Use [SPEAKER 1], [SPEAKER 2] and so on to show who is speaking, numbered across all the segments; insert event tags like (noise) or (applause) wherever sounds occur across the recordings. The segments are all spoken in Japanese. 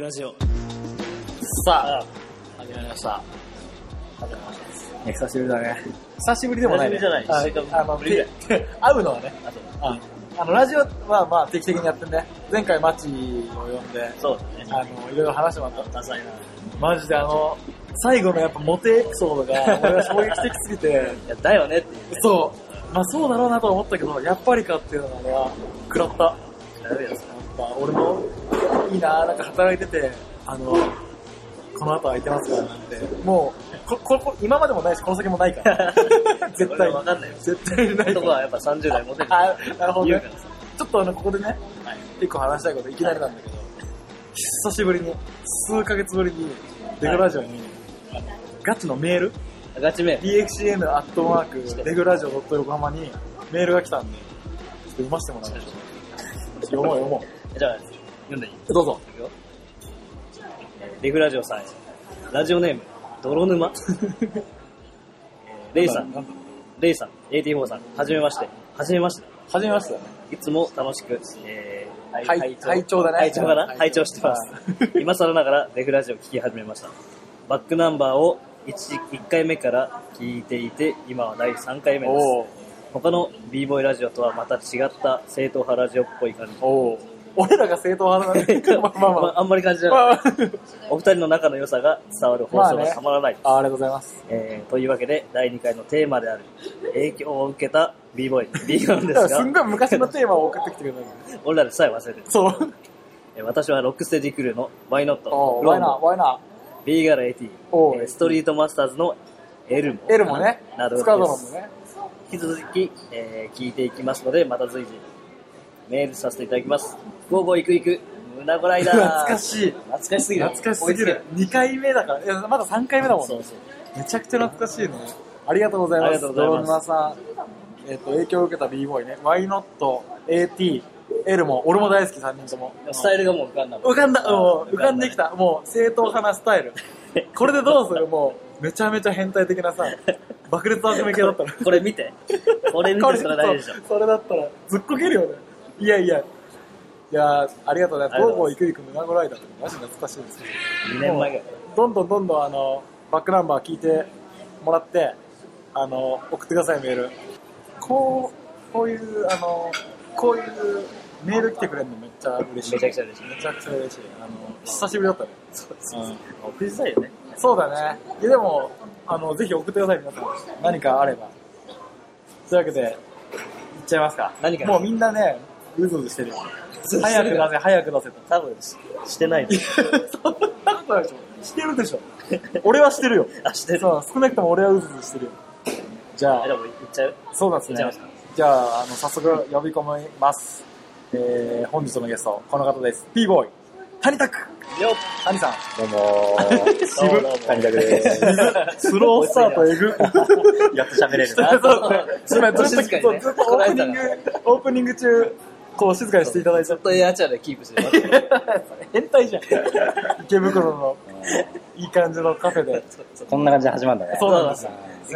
[SPEAKER 1] ラジオ。
[SPEAKER 2] さあ、始まりました。
[SPEAKER 3] 久しぶりだね。
[SPEAKER 1] 久しぶりでもないね。
[SPEAKER 2] 久しぶりじゃない一週間
[SPEAKER 1] ああまあ、
[SPEAKER 2] ぶりぐらい
[SPEAKER 1] て会うのはね。
[SPEAKER 2] あと、
[SPEAKER 1] あの、ラジオはまあ定期的にやってんね。前回マッチを呼んで、
[SPEAKER 2] そうだね。
[SPEAKER 1] あの、いろいろ話してもらった。
[SPEAKER 2] ダサいな。い
[SPEAKER 1] マジであの、最後のやっぱモテエピソードが、俺は衝撃的すぎて、
[SPEAKER 2] や、だよねっていうね。
[SPEAKER 1] そう。まあそうだろうなとは思ったけど、やっぱりかっていうのがね、食らった。やっ
[SPEAKER 2] だよね。
[SPEAKER 1] ぱ俺も、いいななんか働いてて、あの、この後空いてますからなんて。もう、こ、こ、こ今までもないし、この先もない
[SPEAKER 2] (laughs)
[SPEAKER 1] から。絶
[SPEAKER 2] 俺
[SPEAKER 1] 対
[SPEAKER 2] はわかんないよ。
[SPEAKER 1] 絶対にない
[SPEAKER 2] そこはやっぱ30代モテる。
[SPEAKER 1] あ、なるほど
[SPEAKER 2] 言う
[SPEAKER 1] ね
[SPEAKER 2] か。らさ。
[SPEAKER 1] ちょっとあの、ここでね、
[SPEAKER 2] はい。
[SPEAKER 1] 一個話したいこといきなりなんだけど、久しぶりに、数ヶ月ぶりに、レゴラジオに、ガチのメール、
[SPEAKER 2] ガチめ。
[SPEAKER 1] dxcn アットマーク、レゴラジオ.横浜にメールが来たんで、ちょっと読ませてもらいましょう。読もう読も。
[SPEAKER 2] じゃあ、読んでいいう
[SPEAKER 1] どうぞ。
[SPEAKER 2] いくよレグラジオさんへ。ラジオネーム、泥
[SPEAKER 1] (laughs)
[SPEAKER 2] 沼。レイさん、
[SPEAKER 1] なんだ。
[SPEAKER 2] レイさん、AT4 さん、はじめまして。はじめまして。
[SPEAKER 1] はじめましてだね。
[SPEAKER 2] いつも楽しく、えー、
[SPEAKER 1] はい拝聴だね
[SPEAKER 2] 拝聴かな
[SPEAKER 1] はい
[SPEAKER 2] 拝聴して
[SPEAKER 1] (laughs)
[SPEAKER 2] ます。今更ながらレフラジオを聞き始めました。バックナンバーを 1, 1回目から聞いていて、今は第3回目です。
[SPEAKER 1] おー
[SPEAKER 2] 他の b ボーイラジオとはまた違った正統派ラジオっぽい感じ。。
[SPEAKER 1] おー俺らが正統派だね (laughs) まあまあま
[SPEAKER 2] ま
[SPEAKER 1] あ。
[SPEAKER 2] あんまり感じない。
[SPEAKER 1] まあま
[SPEAKER 2] お二人の仲の良さが伝わる放送がたまらないです
[SPEAKER 1] あありがとうございます。
[SPEAKER 2] えーというわけで、第2回のテーマである、影響を受けた b (laughs) ボーイ b なん
[SPEAKER 1] だ
[SPEAKER 2] です
[SPEAKER 1] からすん
[SPEAKER 2] が、
[SPEAKER 1] ごい昔のテーマを送ってきてくれたんだけど
[SPEAKER 2] 俺らでさえ忘れてる。
[SPEAKER 1] そう。
[SPEAKER 2] えー私はロックステディクルーの Why Not、
[SPEAKER 1] おー
[SPEAKER 2] ロ
[SPEAKER 1] ワ
[SPEAKER 2] ン
[SPEAKER 1] イナー、
[SPEAKER 2] ド、
[SPEAKER 1] ワイナー。
[SPEAKER 2] ビーガル80、
[SPEAKER 1] おう
[SPEAKER 2] えーストリートマスターズのエルモ、
[SPEAKER 1] エルもね、
[SPEAKER 2] など
[SPEAKER 1] スカド
[SPEAKER 2] で
[SPEAKER 1] ロンも
[SPEAKER 2] す。
[SPEAKER 1] ね。
[SPEAKER 2] 引き続き、えー聞いていきますので、また随時メールさせていただきます。ゴーゴー行く行く、胸ごらいだ。
[SPEAKER 1] 懐かしい。
[SPEAKER 2] 懐かしすぎる。
[SPEAKER 1] 懐かしすぎる。2回目だから、いや、まだ3回目だ
[SPEAKER 2] 追い
[SPEAKER 1] もん
[SPEAKER 2] つけない。そ
[SPEAKER 1] ね。
[SPEAKER 2] うそう。
[SPEAKER 1] めちゃくちゃ懐かしいね。ありがとうございます。
[SPEAKER 2] ありがとうございます
[SPEAKER 1] ドロンナさん。えっ、と、影響を受けた b ボーイね。Why not AT、L も、俺も大好き3人とも。
[SPEAKER 2] スタイルがもう浮かんだも
[SPEAKER 1] 浮
[SPEAKER 2] ん。
[SPEAKER 1] かんだ、もう
[SPEAKER 2] 浮
[SPEAKER 1] 浮
[SPEAKER 2] か
[SPEAKER 1] か
[SPEAKER 2] んだね
[SPEAKER 1] んできた。もう、正統派なスタイル。これでどうするもう、めちゃめちゃ変態的なさ、爆裂悪め系だったら。
[SPEAKER 2] これ見て。これ見
[SPEAKER 1] こ
[SPEAKER 2] て
[SPEAKER 1] れ
[SPEAKER 2] それ大事でしょ。
[SPEAKER 1] それだったら、ずっこけるよね。いやいや。いやーありがとうございます。
[SPEAKER 2] あ
[SPEAKER 1] ゴ
[SPEAKER 2] りがと
[SPEAKER 1] ー
[SPEAKER 2] うご
[SPEAKER 1] ゴ
[SPEAKER 2] ざ
[SPEAKER 1] ー
[SPEAKER 2] い
[SPEAKER 1] イクイク胸ぐらいだって、マジ懐かしいですけど。
[SPEAKER 2] 2年前ぐらい。
[SPEAKER 1] どんどんどんどんあのバックナンバー聞いてもらってあの送ってくださいメールこうこういうあのこういうメール来てくれるのめっちゃ嬉しい
[SPEAKER 2] めちゃくちゃ嬉しい
[SPEAKER 1] めちゃくちゃ嬉しいあの久しぶりだったね
[SPEAKER 2] そう
[SPEAKER 1] そうそう
[SPEAKER 2] 送りづらいよね。
[SPEAKER 1] そうだねいやでもあのぜひ送ってください皆さん何かあればというわけでいっちゃいますか
[SPEAKER 2] 何か
[SPEAKER 1] もうみんなねうずうずしてるよ早く出せ早く出せと
[SPEAKER 2] 多分し、してないで
[SPEAKER 1] そんなことないでしょしてるでしょ俺はしてるよ
[SPEAKER 2] あ、してる。
[SPEAKER 1] そう、少なくとも俺はうずうずしてるよ。じゃ
[SPEAKER 2] あで
[SPEAKER 1] あ、
[SPEAKER 2] も行っちゃう
[SPEAKER 1] そうなんです
[SPEAKER 2] 行っ
[SPEAKER 1] ね
[SPEAKER 2] ちゃいま。
[SPEAKER 1] じゃあ、あの、早速呼び込みます。えー、本日のゲスト、この方です。p ボーイ谷拓
[SPEAKER 2] よっ
[SPEAKER 1] 谷さん。
[SPEAKER 3] どうもー。
[SPEAKER 1] 渋っ
[SPEAKER 2] どうもどうも
[SPEAKER 3] 谷拓です。
[SPEAKER 1] スロースタートエグ。
[SPEAKER 2] (laughs) やっと喋れる
[SPEAKER 1] そうそう
[SPEAKER 2] (laughs)
[SPEAKER 1] そう。ずっと、
[SPEAKER 2] 静かにね
[SPEAKER 1] ずっとオープニング、オープニング中、こう静かにしてい
[SPEAKER 2] (laughs)
[SPEAKER 1] ただいちゃ
[SPEAKER 2] ず
[SPEAKER 1] っ
[SPEAKER 2] っとエアチャーでキープしてます。
[SPEAKER 1] (laughs) 変態じゃん。池袋の、いい感じのカフェで。
[SPEAKER 3] こんな感じで始まるんだね。
[SPEAKER 1] そうなんですよ。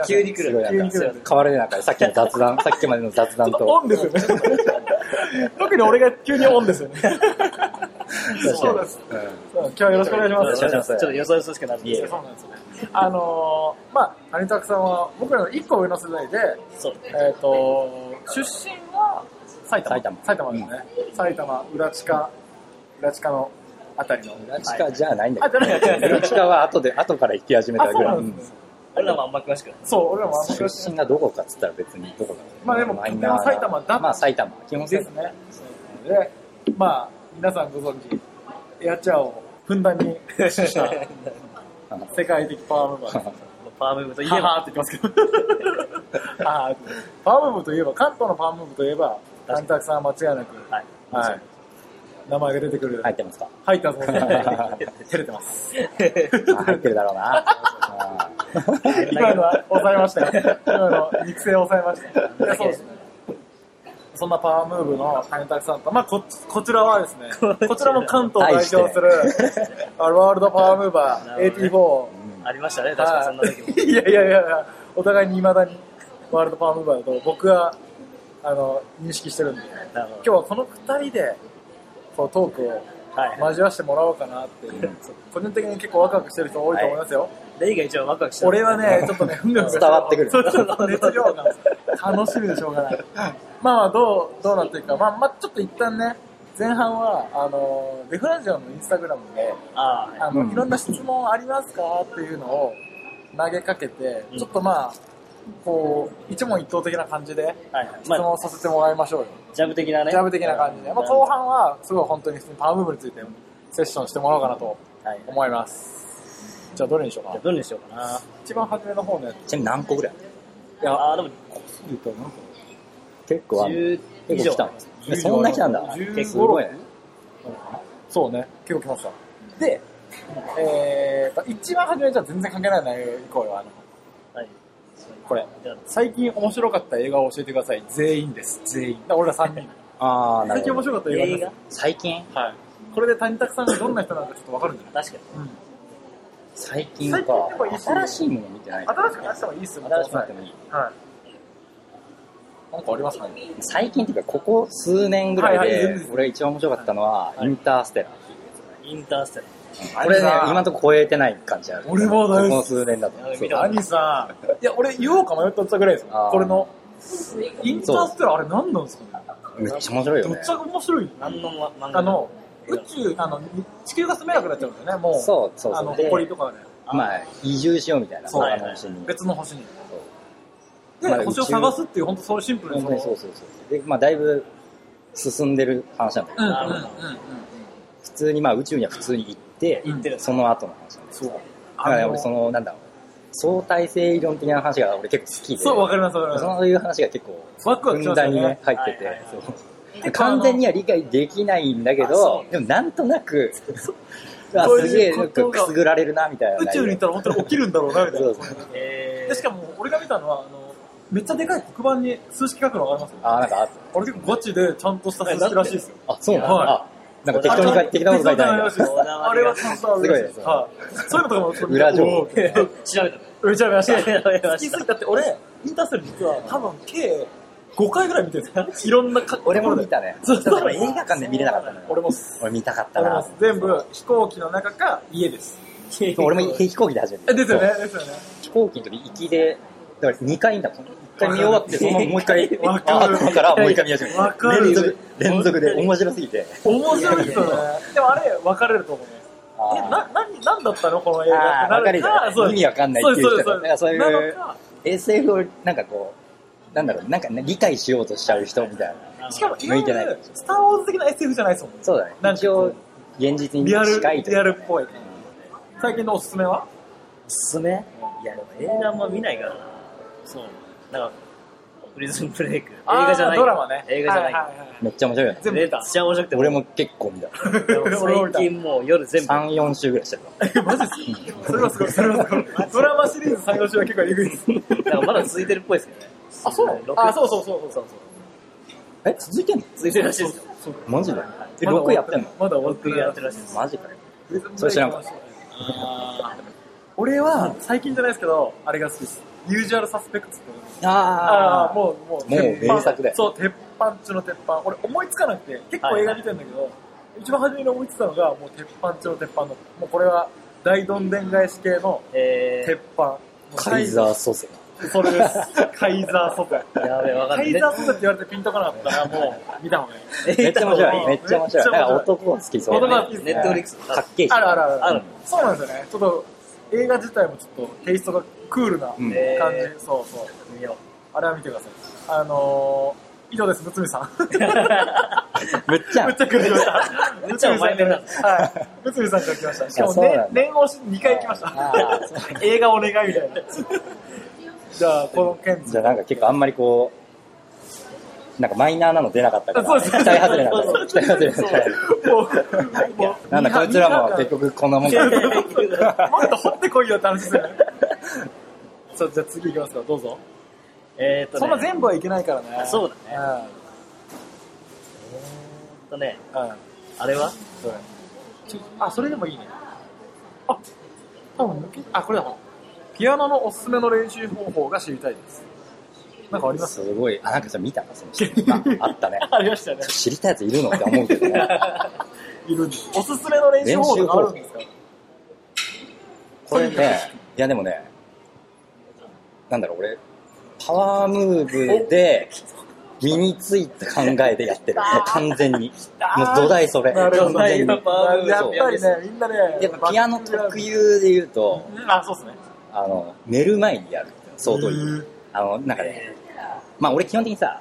[SPEAKER 2] 急に来
[SPEAKER 3] す
[SPEAKER 2] る
[SPEAKER 3] ごい
[SPEAKER 1] 急
[SPEAKER 3] なん
[SPEAKER 1] に来
[SPEAKER 3] か
[SPEAKER 1] るんで。
[SPEAKER 3] 変わるね、なんかさっきの雑 (laughs) 談、さっきまでの雑談
[SPEAKER 1] ちょっとオ
[SPEAKER 3] と。
[SPEAKER 1] ンですよね。特に俺が急にオンですよね。そうです。
[SPEAKER 3] うん
[SPEAKER 1] 今日はよろしくお願いし
[SPEAKER 2] ちょ
[SPEAKER 1] ま
[SPEAKER 2] っ
[SPEAKER 1] す。
[SPEAKER 2] とちょっと予想予想しかなく
[SPEAKER 3] いえ
[SPEAKER 2] て。
[SPEAKER 1] そうなんですよね。あのー、まあ、谷拓さんは僕らの1個上の世代で、
[SPEAKER 2] そう。
[SPEAKER 1] えっ、と、出身は埼玉。
[SPEAKER 3] 埼玉
[SPEAKER 1] ですね。埼玉、裏地下、裏地下のあたりの。
[SPEAKER 3] 裏地下じゃないんだ
[SPEAKER 1] あ、
[SPEAKER 3] け
[SPEAKER 1] じゃな
[SPEAKER 3] ど。
[SPEAKER 1] いやいやいや
[SPEAKER 3] 裏地下は後で、後から行き始め
[SPEAKER 1] あ、
[SPEAKER 3] た
[SPEAKER 1] そ
[SPEAKER 3] ぐ
[SPEAKER 1] う
[SPEAKER 3] らい。
[SPEAKER 1] な
[SPEAKER 3] うんん
[SPEAKER 1] ですね。
[SPEAKER 2] 俺らもあんま詳しくない。
[SPEAKER 1] そう、俺らもあんまり詳し
[SPEAKER 3] 出身がどこかっつったら別にどこか。
[SPEAKER 1] まあでも
[SPEAKER 3] マイナー
[SPEAKER 1] 基本埼玉だ
[SPEAKER 3] まあ埼玉。基本
[SPEAKER 1] いで
[SPEAKER 3] 埼
[SPEAKER 1] す
[SPEAKER 3] 玉。
[SPEAKER 1] ね。で、まあ、皆さんご存知、エアチャーをふんだんに駆使した世界的パワームーバーです。
[SPEAKER 2] パワームーブといえ
[SPEAKER 1] は
[SPEAKER 2] ば、
[SPEAKER 1] はーって言ってますけど。ははーってパワームーブといえば、関東のパワームーブといえば、
[SPEAKER 2] 確か
[SPEAKER 1] 谷
[SPEAKER 2] に
[SPEAKER 1] 拓さんは間違いなく、
[SPEAKER 2] はい。
[SPEAKER 1] はい。名前が出てくる。
[SPEAKER 3] 入ってますか
[SPEAKER 1] 入ったぞ。照れてます。
[SPEAKER 3] あ入ってるだろうな。
[SPEAKER 1] (laughs) 今のは抑えましたよ。今の肉声抑えました。いや、そうですね。そんなパワームーブの谷拓さんと、まあこ、こちらはですね、こちらも関東を代表する、あワールドパワームーバ
[SPEAKER 2] な
[SPEAKER 1] ー
[SPEAKER 2] るほどね
[SPEAKER 1] AT4 を
[SPEAKER 2] ありましたね、確かにそんな時も。
[SPEAKER 1] はい、いやいやいやいや、お互いに未だにワールドパワームーバーだと僕はあの認識してるんで、
[SPEAKER 2] なるほ
[SPEAKER 1] 今日はこの2人でこうトークを
[SPEAKER 2] はい
[SPEAKER 1] 交わしてもらおうかなっていう、個人的に結構ワクワクしてる人多いと思いますよ。
[SPEAKER 2] 誰が一番ワクワクしてる
[SPEAKER 1] 俺はね、ちょっとね、ふんがふんがして
[SPEAKER 3] 伝わってくる
[SPEAKER 1] そうそうそう、熱量が。楽しみでしょうがない。まあまあ、どう、どうなっていくか。まあ、まあ、ちょっと一旦ね、前半は、あの、デフラジオのインスタグラムで、
[SPEAKER 2] ああ、
[SPEAKER 1] あの、
[SPEAKER 3] うん
[SPEAKER 1] いろんな質問ありますかっていうのを投げかけて、
[SPEAKER 2] うん
[SPEAKER 1] ちょっとまあ、こう、一問一答的な感じで
[SPEAKER 2] はいはい
[SPEAKER 1] 質
[SPEAKER 2] まあ、
[SPEAKER 1] 問させてもらいましょうよ。
[SPEAKER 2] ジャブ的なね
[SPEAKER 1] ジャブ的な感じで。まあ、後半は、すごい本当に普通にパワームーブについてセッションしてもらおうかなと
[SPEAKER 2] はい
[SPEAKER 1] 思います。じゃあ、どれにしようか
[SPEAKER 2] じゃあ
[SPEAKER 1] な。
[SPEAKER 2] どれにしようかな
[SPEAKER 1] 一番初めの方のやつ。
[SPEAKER 3] ちなみに何個ぐらい
[SPEAKER 1] いや、
[SPEAKER 2] ああでも
[SPEAKER 3] 結構ある。
[SPEAKER 2] 10以
[SPEAKER 3] 結
[SPEAKER 2] 上
[SPEAKER 3] 構来たのえそんな来たんだ。
[SPEAKER 1] 15
[SPEAKER 3] すごいね。
[SPEAKER 1] そうね、結構来ました。で、えーと、一番初めじゃ全然関係ない内容いこうよ。あの、
[SPEAKER 2] はい
[SPEAKER 1] これ。
[SPEAKER 2] じゃあ
[SPEAKER 1] 最近面白かった映画を教えてください。全員です。全員。だから俺ら3人。
[SPEAKER 3] ああ、な
[SPEAKER 1] 最近面
[SPEAKER 3] るほど。
[SPEAKER 1] 白かった映
[SPEAKER 2] 映
[SPEAKER 1] 画
[SPEAKER 2] 画
[SPEAKER 1] で
[SPEAKER 3] 最近
[SPEAKER 1] す。はい。これで谷拓さんがどんな人なのかちょっとわかるんじゃない
[SPEAKER 2] 確か
[SPEAKER 3] 最近
[SPEAKER 1] 最近でもいい
[SPEAKER 3] か。
[SPEAKER 1] し
[SPEAKER 3] 新しいもの見てない。
[SPEAKER 1] 新しく出してもいいっすよ、
[SPEAKER 3] 新しくなってもいい。
[SPEAKER 1] はい。なんかありますかね
[SPEAKER 3] 最近っていうか、ここ数年ぐら
[SPEAKER 1] はいいはい全
[SPEAKER 3] で
[SPEAKER 1] 然、
[SPEAKER 3] 俺が一番面白かったのは、
[SPEAKER 2] はい
[SPEAKER 3] インターステラー。
[SPEAKER 2] にインターステラ
[SPEAKER 3] これね
[SPEAKER 1] あれさ、
[SPEAKER 3] 今のとこ超えてない感じある。
[SPEAKER 1] 俺も大好き
[SPEAKER 3] この数年だと
[SPEAKER 2] やばい。
[SPEAKER 3] そう
[SPEAKER 2] 見た
[SPEAKER 1] 兄さん。いや、俺言おうか迷ったぐらいです
[SPEAKER 3] あー
[SPEAKER 1] これの。インターステラーあれ何なんですかね
[SPEAKER 3] めっちゃ面白いよ
[SPEAKER 1] ど
[SPEAKER 3] ね
[SPEAKER 1] っち。が面白い
[SPEAKER 2] ー何の漫画
[SPEAKER 1] あの、宇宙、あの、地球が住めなくなっちゃうんですよね、もう。
[SPEAKER 3] そうそう
[SPEAKER 1] あ
[SPEAKER 3] そ
[SPEAKER 1] の、
[SPEAKER 3] う。で、
[SPEAKER 1] 埃とかで。
[SPEAKER 3] まあ、移住しようみたいな、
[SPEAKER 1] そう
[SPEAKER 3] あの話に。
[SPEAKER 1] 別の星に。で、
[SPEAKER 3] そうまあ
[SPEAKER 1] 星を探すっていう、本当そういうシンプルな
[SPEAKER 3] 本当にそうそうそう。で、まあ、だいぶ進んでる話なんだけ
[SPEAKER 1] うん
[SPEAKER 3] ど、
[SPEAKER 1] うんうん
[SPEAKER 2] なるほ
[SPEAKER 1] うん。
[SPEAKER 3] 普通に、まあ、宇宙には普通に行って、
[SPEAKER 2] 行ってる
[SPEAKER 3] その後の話なんだよ
[SPEAKER 1] そう。
[SPEAKER 3] だからね俺、その、なんだろう。相対性理論的な話が俺結構好きで、
[SPEAKER 1] そう、わかりますわかります。
[SPEAKER 3] そういう話が結構、
[SPEAKER 1] ワクワ
[SPEAKER 3] ふ
[SPEAKER 1] クし
[SPEAKER 3] ん
[SPEAKER 1] ます
[SPEAKER 3] だ
[SPEAKER 1] よ
[SPEAKER 3] んにね
[SPEAKER 1] ね。、
[SPEAKER 3] 入ってて、
[SPEAKER 2] はいはいはい
[SPEAKER 3] そう完全には理解できないんだけど、でもなんとなく、あ
[SPEAKER 1] そういう
[SPEAKER 3] すげえ、な
[SPEAKER 1] こ
[SPEAKER 3] んか
[SPEAKER 1] とが
[SPEAKER 3] くすぐられるな、みたいな。
[SPEAKER 1] 宇宙に行ったら本当に起きるんだろうな、みたい
[SPEAKER 3] そ
[SPEAKER 1] な
[SPEAKER 3] う。そう。
[SPEAKER 2] え
[SPEAKER 1] でしかも、俺が見たのは、あの、めっちゃでかい黒板に数式書くのわかります
[SPEAKER 3] あ、なんかあっ
[SPEAKER 1] 俺結構ガチでちゃんとした数式らしいですよ。
[SPEAKER 3] た。あ、そうなの、
[SPEAKER 1] はい
[SPEAKER 3] あ、なんか適当に書いて、適当なこと書いてないんだ
[SPEAKER 1] 適当なこと書いてないらしいですあれはちゃんとあるらしいです
[SPEAKER 3] すごいですね
[SPEAKER 1] はい。そういうのとかも、
[SPEAKER 3] 裏情報
[SPEAKER 1] おー
[SPEAKER 2] ー、 (laughs) 調べた
[SPEAKER 1] めちゃめちゃ
[SPEAKER 2] 調べ
[SPEAKER 1] 好
[SPEAKER 2] ま
[SPEAKER 1] き
[SPEAKER 2] し
[SPEAKER 1] す
[SPEAKER 2] た
[SPEAKER 1] ぎたって俺インターステラー実は多分計5回ぐらい見てるんですよいろんなか
[SPEAKER 3] 俺も見たね。
[SPEAKER 1] そう
[SPEAKER 3] だから映画館で見れなかったのよ。
[SPEAKER 1] 俺も
[SPEAKER 3] 俺見たかった
[SPEAKER 1] 俺
[SPEAKER 3] な
[SPEAKER 1] も。全部飛行機の中か家です
[SPEAKER 3] そう俺も飛行機で初め
[SPEAKER 1] え
[SPEAKER 3] て。
[SPEAKER 1] ですよね
[SPEAKER 3] そう。
[SPEAKER 1] ですよね
[SPEAKER 3] 飛行機の時、行きで、だから2回いんだもん。1回見終わって、そのままもう1回、
[SPEAKER 1] わかる
[SPEAKER 3] あったからもう1回見始め
[SPEAKER 1] わかる
[SPEAKER 3] 連続、連続で面白すぎて。
[SPEAKER 1] 面白いですよねでもあれ分かれると思うねえ
[SPEAKER 3] あー
[SPEAKER 1] な何何だったのこの映画
[SPEAKER 3] あ
[SPEAKER 1] っ
[SPEAKER 3] ー、わか
[SPEAKER 1] て
[SPEAKER 3] るじ
[SPEAKER 1] な
[SPEAKER 3] ゃ
[SPEAKER 1] るか
[SPEAKER 3] ん。意味わかんないっていう人
[SPEAKER 1] そう
[SPEAKER 3] だから
[SPEAKER 1] ですそ
[SPEAKER 3] そ
[SPEAKER 1] です
[SPEAKER 3] ううい
[SPEAKER 1] なの
[SPEAKER 3] う
[SPEAKER 1] か
[SPEAKER 3] SF をなんかこう、なんだろう、なんかね理解しようとしちゃう人みたいな。
[SPEAKER 1] しかもいわ
[SPEAKER 3] 向
[SPEAKER 1] ゆ
[SPEAKER 3] いてない
[SPEAKER 1] るスター・ウォーズ的な SF じゃないですもんね
[SPEAKER 3] そうだ
[SPEAKER 1] な
[SPEAKER 3] ね。
[SPEAKER 1] んか
[SPEAKER 3] 一応、現実に
[SPEAKER 1] リアル
[SPEAKER 3] 近いとい
[SPEAKER 1] リア
[SPEAKER 3] うか
[SPEAKER 1] ルっぽい最近のおすすめは
[SPEAKER 2] おすすめいや、でも映画あんま見ないからな。そう。なんか、プリズンブレイク。映画じゃない。
[SPEAKER 1] あードラマね
[SPEAKER 2] 映画じゃない。
[SPEAKER 1] はいはいはい
[SPEAKER 3] めっちゃ面白いよね。
[SPEAKER 1] 全部
[SPEAKER 2] めっちゃ面白くて、
[SPEAKER 3] 俺も結構
[SPEAKER 1] (laughs)
[SPEAKER 3] 見た。
[SPEAKER 2] でも最近もう夜全部。
[SPEAKER 3] 3、4週ぐらいしてた。
[SPEAKER 1] マジっすかそれはすごい、それはすごい。ドラマシリーズ最後週は結構エグいです。
[SPEAKER 2] なんかまだ続いてるっぽいですけどね。
[SPEAKER 1] あ、そう
[SPEAKER 2] なの
[SPEAKER 1] あ、そうそうそうそう。
[SPEAKER 3] え、続いてんの
[SPEAKER 2] 続いてるらしいですよ。
[SPEAKER 3] マジでえ、
[SPEAKER 1] まだ
[SPEAKER 3] 6やってんの
[SPEAKER 1] まだ終わって
[SPEAKER 2] 僕
[SPEAKER 1] ない
[SPEAKER 2] やってるらしいです。
[SPEAKER 3] マジかよ。
[SPEAKER 1] そ
[SPEAKER 3] そ
[SPEAKER 1] れ
[SPEAKER 3] れ
[SPEAKER 1] 知
[SPEAKER 3] 知
[SPEAKER 1] ら
[SPEAKER 3] ら
[SPEAKER 1] ん
[SPEAKER 3] ん
[SPEAKER 1] か
[SPEAKER 3] か
[SPEAKER 1] っ。
[SPEAKER 3] った
[SPEAKER 1] 俺は最近じゃないですけど、あれが好きです。ユージュアルサスペクツってああ、
[SPEAKER 3] あー。
[SPEAKER 1] もう、もう、
[SPEAKER 3] もう
[SPEAKER 1] 鉄板
[SPEAKER 3] 名作だよ
[SPEAKER 1] そう、鉄板中の鉄板。俺思いつかなくて、結構
[SPEAKER 2] はい
[SPEAKER 1] 映画見てんだけど、一番初めに思いついたのが、もう鉄板中の鉄板の、もうこれは大どんでん返し系の
[SPEAKER 2] え
[SPEAKER 1] 鉄板。
[SPEAKER 3] カイザー蘇生。
[SPEAKER 1] それです。
[SPEAKER 2] (laughs)
[SPEAKER 1] カイザーソテ。
[SPEAKER 2] ー、やべえ、わかん
[SPEAKER 1] カ
[SPEAKER 2] ない。
[SPEAKER 1] イザーソテって言われてピンとこなかった
[SPEAKER 2] (laughs)
[SPEAKER 1] ら、もう見た方がいい。
[SPEAKER 3] めっちゃ面白い。
[SPEAKER 1] (laughs)
[SPEAKER 3] め
[SPEAKER 1] めっ
[SPEAKER 3] っ
[SPEAKER 1] ち
[SPEAKER 3] ち
[SPEAKER 1] ゃ
[SPEAKER 3] ゃ
[SPEAKER 1] 面
[SPEAKER 3] 面
[SPEAKER 1] 白
[SPEAKER 3] 白
[SPEAKER 1] い
[SPEAKER 3] い。なんか男が好きそうだね。
[SPEAKER 1] 男が好きです
[SPEAKER 2] ネットフリックス。
[SPEAKER 3] かっけえし。
[SPEAKER 1] あるあるある。
[SPEAKER 2] ある
[SPEAKER 1] そうなんですよね。ちょっと、映画自体もちょっとテイストがクールな感じ。
[SPEAKER 2] えー
[SPEAKER 1] そうそう。
[SPEAKER 2] 見よ
[SPEAKER 1] (laughs) あれは見てください。あのー、以上です、むつ
[SPEAKER 2] (laughs)
[SPEAKER 1] みさん。
[SPEAKER 3] むっちゃ
[SPEAKER 1] む
[SPEAKER 3] ん
[SPEAKER 1] っち。ゃ来ました。
[SPEAKER 2] むっちゃんお前目だ
[SPEAKER 1] はい。むつみさんから来ました。しかも、
[SPEAKER 3] そうなん
[SPEAKER 1] ね
[SPEAKER 3] だ、
[SPEAKER 1] 念押し2回来まし
[SPEAKER 3] あーそう
[SPEAKER 1] た。映画お願いみたいな。じゃあ、この件
[SPEAKER 3] じゃあなんか結構あんまりこう、なんかマイナーなの出なかったか
[SPEAKER 1] そう
[SPEAKER 3] ら、
[SPEAKER 1] で
[SPEAKER 3] (laughs) 期
[SPEAKER 1] すね
[SPEAKER 3] 待外れなかった。期待外れなかった。
[SPEAKER 1] もう、もう、
[SPEAKER 3] (laughs) なんだ、こいつらも結局こんなもんか。
[SPEAKER 2] う。
[SPEAKER 1] もっと掘ってこいよって話ですよね。そうじゃあ次行きますか、どうぞ。
[SPEAKER 2] (laughs) えーっとね。
[SPEAKER 1] そんな全部はいけないからね。
[SPEAKER 2] そうだね。
[SPEAKER 1] だね。
[SPEAKER 2] えーっとね、
[SPEAKER 1] うん。うん。
[SPEAKER 2] あれは
[SPEAKER 1] それ。ちょあ、それでもいいね。あ、多分抜け、あ、これだもん。ピアノのおすすめの練習方法が知りたいです。なんかあり (laughs) ます
[SPEAKER 3] すごい。あ、なんかそれ見たな、その人。ああったね。
[SPEAKER 1] ありましたね。 (laughs)
[SPEAKER 3] 知りたいやついるのって思うけどね。
[SPEAKER 1] いるんですおすすめの練習方法があるんですか
[SPEAKER 3] これね、いやでもね、なんだろう、俺、パワームーブで身についた考えで
[SPEAKER 1] (laughs)
[SPEAKER 3] やってる。もう完全に。もう土台それ。
[SPEAKER 1] なるほど
[SPEAKER 3] 完全に。
[SPEAKER 1] やっぱりね、みんなね、
[SPEAKER 3] やっぱピアノ特有で言うと、
[SPEAKER 1] うんあ、そうですね。
[SPEAKER 3] あの、寝る前にやる。相当に。
[SPEAKER 1] うん
[SPEAKER 3] あの、なんかね、まあ俺基本的にさ、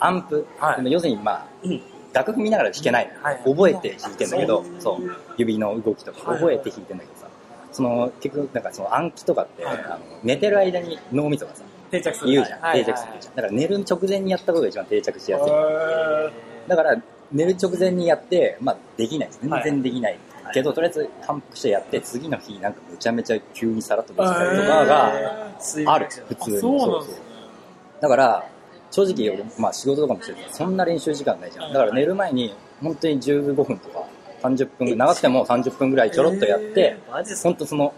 [SPEAKER 3] アンプ、
[SPEAKER 1] はい
[SPEAKER 3] でも要するにまあ、
[SPEAKER 2] うん
[SPEAKER 3] 楽譜見ながら弾けないの、
[SPEAKER 1] はい
[SPEAKER 3] 覚えて弾いてんだけど、そう指の動きとか
[SPEAKER 1] はい
[SPEAKER 3] 覚えて弾いてんだけどさ、その結局なんかその暗記とかって、
[SPEAKER 1] はい
[SPEAKER 3] あの寝てる間に脳みそがさ、
[SPEAKER 1] 定着する。
[SPEAKER 3] 言うじゃん、
[SPEAKER 1] はい
[SPEAKER 3] 定着するじゃん。だから寝る直前にやったことが一番定着しやすい。
[SPEAKER 1] はいはい
[SPEAKER 3] だから寝る直前にやって、まあできないです。全
[SPEAKER 2] はい
[SPEAKER 3] 然できない。けど、とりあえず反復してやって、次の日なんかめちゃめちゃ急にさらっとできたりとかがある、普通に。
[SPEAKER 1] あそうなんですね。
[SPEAKER 3] だから、正直俺、まあ仕事とかもしてて、そんな練習時間ないじゃん。だから寝る前に、本当に15分とか、30分、長くても30分ぐらいちょろっとやって、
[SPEAKER 2] マジっすか
[SPEAKER 3] 本当その、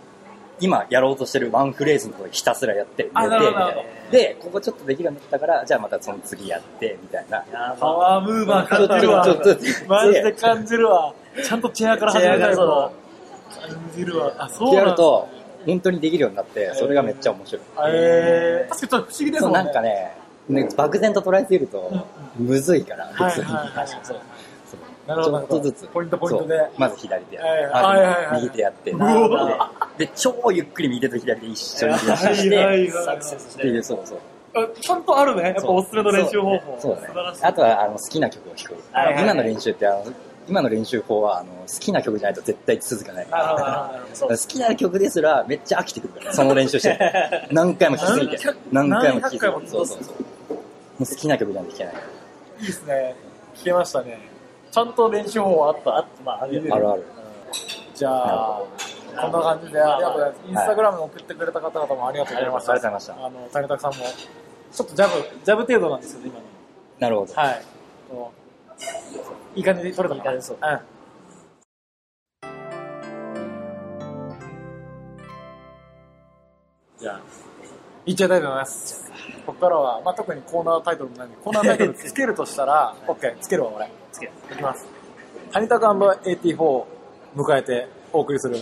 [SPEAKER 3] 今やろうとしてるワンフレーズのところひたすらやって、寝て、み
[SPEAKER 1] あ
[SPEAKER 3] た
[SPEAKER 1] なるほど
[SPEAKER 3] いな。で、ここちょっとできるようになったから、じゃあまたその次やって、みたいな。
[SPEAKER 2] や
[SPEAKER 1] パ
[SPEAKER 2] ば
[SPEAKER 1] ワームーバー感じるわ。
[SPEAKER 3] ちょっとちょっとちょっと
[SPEAKER 1] マジで感じるわ。ちゃんとチェアから始めたい
[SPEAKER 2] チェアか
[SPEAKER 1] と。感じるわ。あ、そう
[SPEAKER 3] ってや
[SPEAKER 1] なんですね
[SPEAKER 3] ると、本当にできるようになって、それがめっちゃ面白い。
[SPEAKER 1] えー、確かにちょっと不思議です
[SPEAKER 3] そ
[SPEAKER 1] も
[SPEAKER 3] う
[SPEAKER 1] ね。
[SPEAKER 3] んなんかね、ね漠然と捉えすぎると、むずいから、
[SPEAKER 1] はい
[SPEAKER 3] 別
[SPEAKER 1] はい
[SPEAKER 3] に。
[SPEAKER 1] はい。そう
[SPEAKER 3] そう
[SPEAKER 1] なるほどなる
[SPEAKER 3] ち
[SPEAKER 1] ほ
[SPEAKER 3] ょっと
[SPEAKER 1] ど
[SPEAKER 3] ずつ。
[SPEAKER 1] ポイントポイントで
[SPEAKER 3] そうまず左手やって、
[SPEAKER 1] はいはいはいはい
[SPEAKER 3] あ右手やって、
[SPEAKER 1] う
[SPEAKER 2] わ
[SPEAKER 3] で、超ゆっくり右手と左手一緒に出
[SPEAKER 1] は
[SPEAKER 3] し
[SPEAKER 1] い
[SPEAKER 3] て、
[SPEAKER 1] はい
[SPEAKER 2] サクセスし
[SPEAKER 3] ってい
[SPEAKER 2] て
[SPEAKER 3] う、そうそう。
[SPEAKER 1] あちゃんとあるね。やっぱおすすめの練習方法。
[SPEAKER 3] そうだ
[SPEAKER 1] 素晴ら
[SPEAKER 3] ね
[SPEAKER 1] し。い。
[SPEAKER 3] あとは、あの、好きな曲を弾く。
[SPEAKER 2] はいはいはい
[SPEAKER 3] 今の練習って、あの、今の練習法は、あの、好きな曲じゃないと絶対続かない。
[SPEAKER 1] なるほどなるほ
[SPEAKER 2] そう
[SPEAKER 3] 好きな曲ですら、めっちゃ飽きてくるから、その練習して
[SPEAKER 1] (laughs)
[SPEAKER 3] ると何回も聴きすぎて。何
[SPEAKER 1] 何
[SPEAKER 3] 回も
[SPEAKER 1] 回
[SPEAKER 3] 聴きすぎて。
[SPEAKER 1] 何百回も
[SPEAKER 3] そうそうそう。もう好きな曲じゃないと弾けない。
[SPEAKER 1] ど。いいですね。聞けましたね。ちゃんと練習方法あった。
[SPEAKER 2] あまあ、あるよね
[SPEAKER 3] あるある。
[SPEAKER 1] じゃあ、こんな感じで、ありがとうございます。インスタグラムに送ってくれた方々もありがとうございました。
[SPEAKER 3] ありがとうございました
[SPEAKER 1] あの、谷拓さんも、ちょっとジャブ、ジャブ程度なんですよね、今の。
[SPEAKER 3] なるほど。
[SPEAKER 1] はい。こういい感じで取れたのか
[SPEAKER 2] いい感じそう
[SPEAKER 1] うん。じゃあ、いっちゃいたいと思います。ここからは、まあ、特にコーナータイトルもないんで、コーナータイ (laughs) トルつけるとしたら、OK、つけるわ、俺。
[SPEAKER 2] つける
[SPEAKER 1] いきます。谷田幹部 AT4 を迎えてお送りする、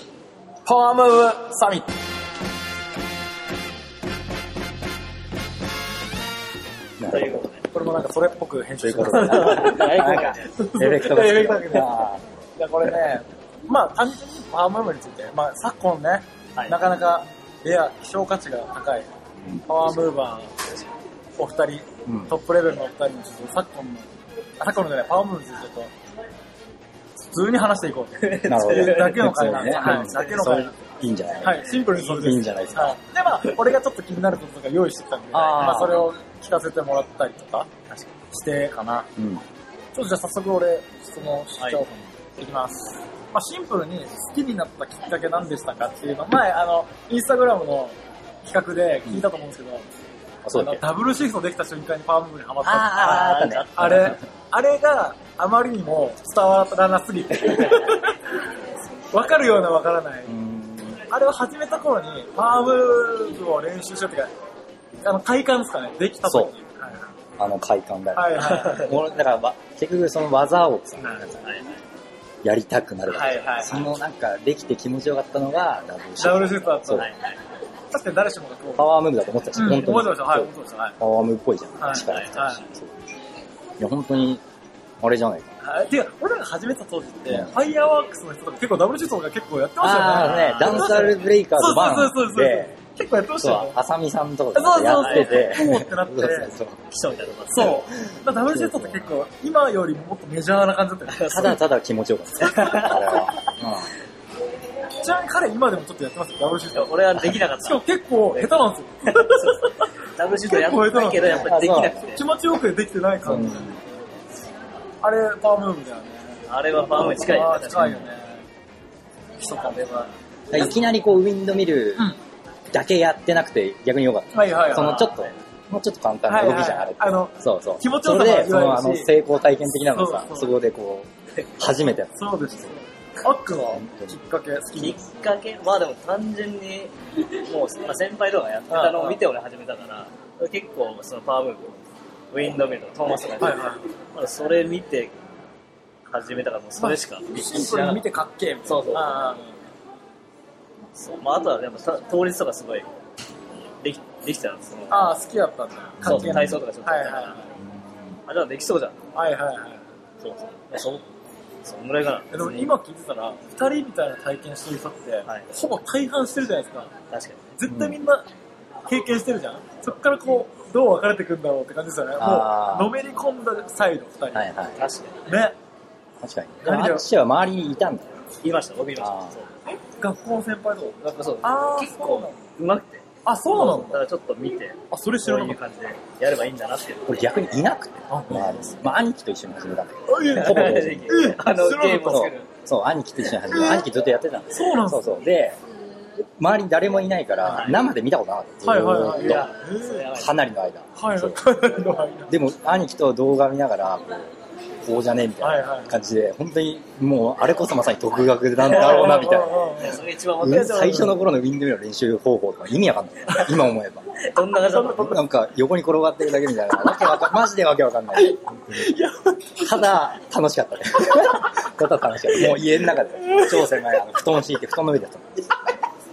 [SPEAKER 1] パワームーブサミット。
[SPEAKER 3] な
[SPEAKER 2] と
[SPEAKER 3] る
[SPEAKER 2] い
[SPEAKER 3] ほ
[SPEAKER 2] うこ
[SPEAKER 3] ど
[SPEAKER 2] とで。
[SPEAKER 1] これもなんかそれっぽく編
[SPEAKER 3] と
[SPEAKER 1] 集
[SPEAKER 3] いう
[SPEAKER 1] し
[SPEAKER 3] こ
[SPEAKER 1] ます
[SPEAKER 3] と
[SPEAKER 1] (laughs)
[SPEAKER 3] で。
[SPEAKER 2] は
[SPEAKER 3] エフェクトが
[SPEAKER 1] エフェクトが好きだ
[SPEAKER 3] あ
[SPEAKER 1] いや、これね、まあ、単純にパワームーブについて、まあ、昨今ね、
[SPEAKER 2] はい
[SPEAKER 1] なかなかレア、希少価値が高い
[SPEAKER 3] うん、
[SPEAKER 1] パワームーバーのお二人、
[SPEAKER 3] うん
[SPEAKER 1] トップレベルのお二人にちょっと昨今の、あ昨今のじゃない、パワームーブについてちょっと、普通に話していこうと。 (laughs)
[SPEAKER 3] ーなるほど。
[SPEAKER 1] だけの回なんで、
[SPEAKER 3] 普通にね
[SPEAKER 1] はい、だけの
[SPEAKER 3] そ
[SPEAKER 1] 回
[SPEAKER 3] ういいんじゃない
[SPEAKER 1] はい、シンプルにそれです。
[SPEAKER 3] いいんじゃないですか
[SPEAKER 1] はで、まあ、俺がちょっと気になることとか用意してたんで、
[SPEAKER 3] あー
[SPEAKER 1] まあ、それを聞かせてもらったりとか、してかな。
[SPEAKER 3] うん。
[SPEAKER 1] ちょっとじゃあ早速俺質問しちゃおうかな
[SPEAKER 2] はい
[SPEAKER 1] いきます。まあ、シンプルに好きになったきっかけ何でしたかっていうの、前あの、インスタグラムの企画で聞いたと思うんですけど、
[SPEAKER 3] あ、そう
[SPEAKER 1] あ
[SPEAKER 3] だっ
[SPEAKER 1] の
[SPEAKER 3] け
[SPEAKER 1] ダブルシフトできた瞬間にパワームーブにハマった
[SPEAKER 3] あーあーあったね
[SPEAKER 1] ああれ、あれがあまりにも伝わらなすぎて、わかるようなわからない。あれを始めた頃にパワームーブを練習しようっていうか、あの、快感ですかね、できた時に。
[SPEAKER 3] あの快感だよね。
[SPEAKER 1] はいはいはい。
[SPEAKER 3] 俺だからわ、結局その技をさ
[SPEAKER 2] い
[SPEAKER 3] やりたくなるわけじゃん
[SPEAKER 1] はいはい
[SPEAKER 3] そのなんか、できて気持ちよかったのが、ダブルシ
[SPEAKER 1] ダブル
[SPEAKER 3] フ
[SPEAKER 1] シフトだっ
[SPEAKER 3] そ
[SPEAKER 1] た
[SPEAKER 3] う
[SPEAKER 1] ね。確かに誰しもがこう
[SPEAKER 3] ト。パワームーブだと思ってたし、
[SPEAKER 1] うん、
[SPEAKER 3] 本当
[SPEAKER 1] 覚え
[SPEAKER 3] に。
[SPEAKER 1] てました、はい、
[SPEAKER 3] そう
[SPEAKER 1] 覚えてました、はい。
[SPEAKER 3] パワームーブっぽいじゃん。
[SPEAKER 1] はい
[SPEAKER 3] 力入ってるし
[SPEAKER 1] は
[SPEAKER 3] そういや、本当に、あれじゃないかな。
[SPEAKER 1] はいてか、俺らが始めた当時って、
[SPEAKER 3] うん
[SPEAKER 1] ファイヤーワークスの人とか結構ダブルシュートとか結構やってましたよね。
[SPEAKER 3] ああ、ね、ダンサールブレイカー
[SPEAKER 1] そ
[SPEAKER 3] ズ
[SPEAKER 1] うそうそう
[SPEAKER 3] 1
[SPEAKER 1] そう
[SPEAKER 3] で、。
[SPEAKER 1] 結構やってましたよ
[SPEAKER 3] そう
[SPEAKER 1] ね、。
[SPEAKER 3] あさみさんとか
[SPEAKER 1] そう
[SPEAKER 3] とや
[SPEAKER 1] そう
[SPEAKER 3] ってて、
[SPEAKER 1] そう。そうってなっ
[SPEAKER 3] (laughs) そう
[SPEAKER 1] て。
[SPEAKER 3] そうそう
[SPEAKER 2] 基礎みたいなとこ
[SPEAKER 1] そう。だからダブルシュートって結構、今よりももっとメジャーな感じだったよ
[SPEAKER 3] (laughs)
[SPEAKER 1] ね。
[SPEAKER 3] ただただ気持ちよかった。あ
[SPEAKER 1] (laughs)
[SPEAKER 3] れは。
[SPEAKER 1] ちなみに彼今でもちょっとやってますよ、ダブルシュート。
[SPEAKER 2] 俺はできなかっ
[SPEAKER 1] しかも
[SPEAKER 2] た。
[SPEAKER 1] 結構下手なんですよ。
[SPEAKER 3] (laughs)
[SPEAKER 2] ダブルシュートやったけど、やっぱりできなくて。
[SPEAKER 1] 気持ちよくできてない
[SPEAKER 3] うん。
[SPEAKER 1] 感
[SPEAKER 3] う
[SPEAKER 1] じ。
[SPEAKER 3] ん
[SPEAKER 1] あれ、パワームーブだよね。
[SPEAKER 2] あれはファンに近いよ
[SPEAKER 1] あ
[SPEAKER 2] ね
[SPEAKER 1] ー。近いよね。基礎か、レバ
[SPEAKER 3] いきなりこう、ウィンドミル
[SPEAKER 1] うん
[SPEAKER 3] だけやってなくて、逆によかっ
[SPEAKER 1] ー。はいはいはい。
[SPEAKER 3] た。そのちょっと、もうちょっと簡単な動きじゃん、あ
[SPEAKER 1] はいはい
[SPEAKER 3] れって
[SPEAKER 1] あの、
[SPEAKER 3] そうそう。
[SPEAKER 1] 気持ちよさも
[SPEAKER 3] それで、
[SPEAKER 1] 味
[SPEAKER 3] その
[SPEAKER 1] わ
[SPEAKER 3] あ
[SPEAKER 1] える
[SPEAKER 3] の
[SPEAKER 1] し
[SPEAKER 3] 成功体験的なのさ
[SPEAKER 1] そ、うそう
[SPEAKER 3] そこでこう、初めてやっ
[SPEAKER 1] そうです。アックのきっかけ、好き
[SPEAKER 2] き
[SPEAKER 1] に。
[SPEAKER 2] っかけまあでも単純に、もう、まあ、先輩とかやってたのを見て俺始めたから、結構そのパワームーブ、ウィンドミルとかトーマスとかやってて、
[SPEAKER 1] はいはい
[SPEAKER 2] まあそれ見て、始めたからもうそれしか
[SPEAKER 1] シンプルに見てかっけえみたいな。
[SPEAKER 2] そうそう
[SPEAKER 1] あ
[SPEAKER 2] そうまああとはやっぱさ倒立とかすごいできできたんです
[SPEAKER 1] ーあー、好きだったんだ。
[SPEAKER 2] そ
[SPEAKER 1] か
[SPEAKER 2] う
[SPEAKER 1] っけえ
[SPEAKER 2] そう
[SPEAKER 1] な
[SPEAKER 2] 体操とかちょっと
[SPEAKER 1] は
[SPEAKER 2] や
[SPEAKER 1] い
[SPEAKER 2] っ
[SPEAKER 1] は
[SPEAKER 2] た
[SPEAKER 1] い
[SPEAKER 2] から、
[SPEAKER 1] は
[SPEAKER 2] あじゃあできそうじゃん
[SPEAKER 1] い。はいはいはい。
[SPEAKER 2] そうそうそそんぐらいか
[SPEAKER 1] で
[SPEAKER 2] な
[SPEAKER 1] も今聞いてたら、二人みたいな体験してる人って、
[SPEAKER 2] はい
[SPEAKER 1] ほぼ大半してるじゃないですか。
[SPEAKER 2] 確かに
[SPEAKER 1] 絶対みんな経験してるじゃん。そっからこう、どう分かれてくんだろうって感じですよね。も
[SPEAKER 3] あー
[SPEAKER 1] う、のめり込んだサイド、二人。
[SPEAKER 3] はいはい。
[SPEAKER 2] 確か
[SPEAKER 1] ね。
[SPEAKER 3] 確かに。で
[SPEAKER 1] 何
[SPEAKER 3] も
[SPEAKER 1] で
[SPEAKER 3] あっちは周りにいたんだよ。
[SPEAKER 2] に言いました僕言いまし
[SPEAKER 3] あ
[SPEAKER 2] た
[SPEAKER 3] ー
[SPEAKER 2] そう
[SPEAKER 1] 学校の先輩とか。
[SPEAKER 2] なんかそう
[SPEAKER 1] あー
[SPEAKER 2] 結構うまくて
[SPEAKER 1] あ、そうな
[SPEAKER 2] だ
[SPEAKER 1] ん
[SPEAKER 2] か
[SPEAKER 1] だ。
[SPEAKER 2] らちょっと見て
[SPEAKER 1] あ、それ知
[SPEAKER 2] そ
[SPEAKER 1] ら
[SPEAKER 2] う
[SPEAKER 1] な
[SPEAKER 2] いう
[SPEAKER 1] かっ
[SPEAKER 2] 感じでやればいいんだなっていう
[SPEAKER 3] 俺逆にいなくて。
[SPEAKER 1] た。あ、
[SPEAKER 3] まあ、まあ、兄貴と一緒に始めたんだけど。
[SPEAKER 1] あい
[SPEAKER 2] (laughs)
[SPEAKER 1] や
[SPEAKER 3] ほぼ同時に
[SPEAKER 1] え
[SPEAKER 2] あの
[SPEAKER 1] 知らなかった
[SPEAKER 2] ゲームを
[SPEAKER 3] そ
[SPEAKER 2] 作
[SPEAKER 3] う
[SPEAKER 2] る。
[SPEAKER 3] そう、兄貴と一緒に始めた。兄貴ずっとやってたんですよ
[SPEAKER 1] そうなんです
[SPEAKER 3] そ
[SPEAKER 1] か
[SPEAKER 3] うそう。で、周りに誰もいないから、生で見たことなかった。
[SPEAKER 1] はいはいはい
[SPEAKER 3] ず
[SPEAKER 1] い
[SPEAKER 3] ー
[SPEAKER 1] や
[SPEAKER 3] っ
[SPEAKER 2] それやばい
[SPEAKER 3] とかなりの間。
[SPEAKER 1] はい (laughs)
[SPEAKER 3] そ
[SPEAKER 1] は
[SPEAKER 3] う
[SPEAKER 1] い。はい
[SPEAKER 3] でも、兄貴と動画見ながら、こうこうじゃねみたい
[SPEAKER 1] はいは
[SPEAKER 3] ない感じで、本当にもう、あれこそまさに独学なんだろうな、みたいな。
[SPEAKER 2] いやそれが一番
[SPEAKER 3] う
[SPEAKER 2] 面
[SPEAKER 3] ん
[SPEAKER 2] 白
[SPEAKER 3] 最
[SPEAKER 2] い
[SPEAKER 3] 初の頃のウィンドミルの練習方法とか意味わかんない。今思えば。
[SPEAKER 2] どんな感じだったの
[SPEAKER 3] なんか横に転がってるだけみたいな。わけわかん、マジでわけわかんない。ただ、楽しかったね。ただ楽しかった。もう家の中で、超狭い、あの、布団敷いて、布団の上でやったの
[SPEAKER 2] (laughs)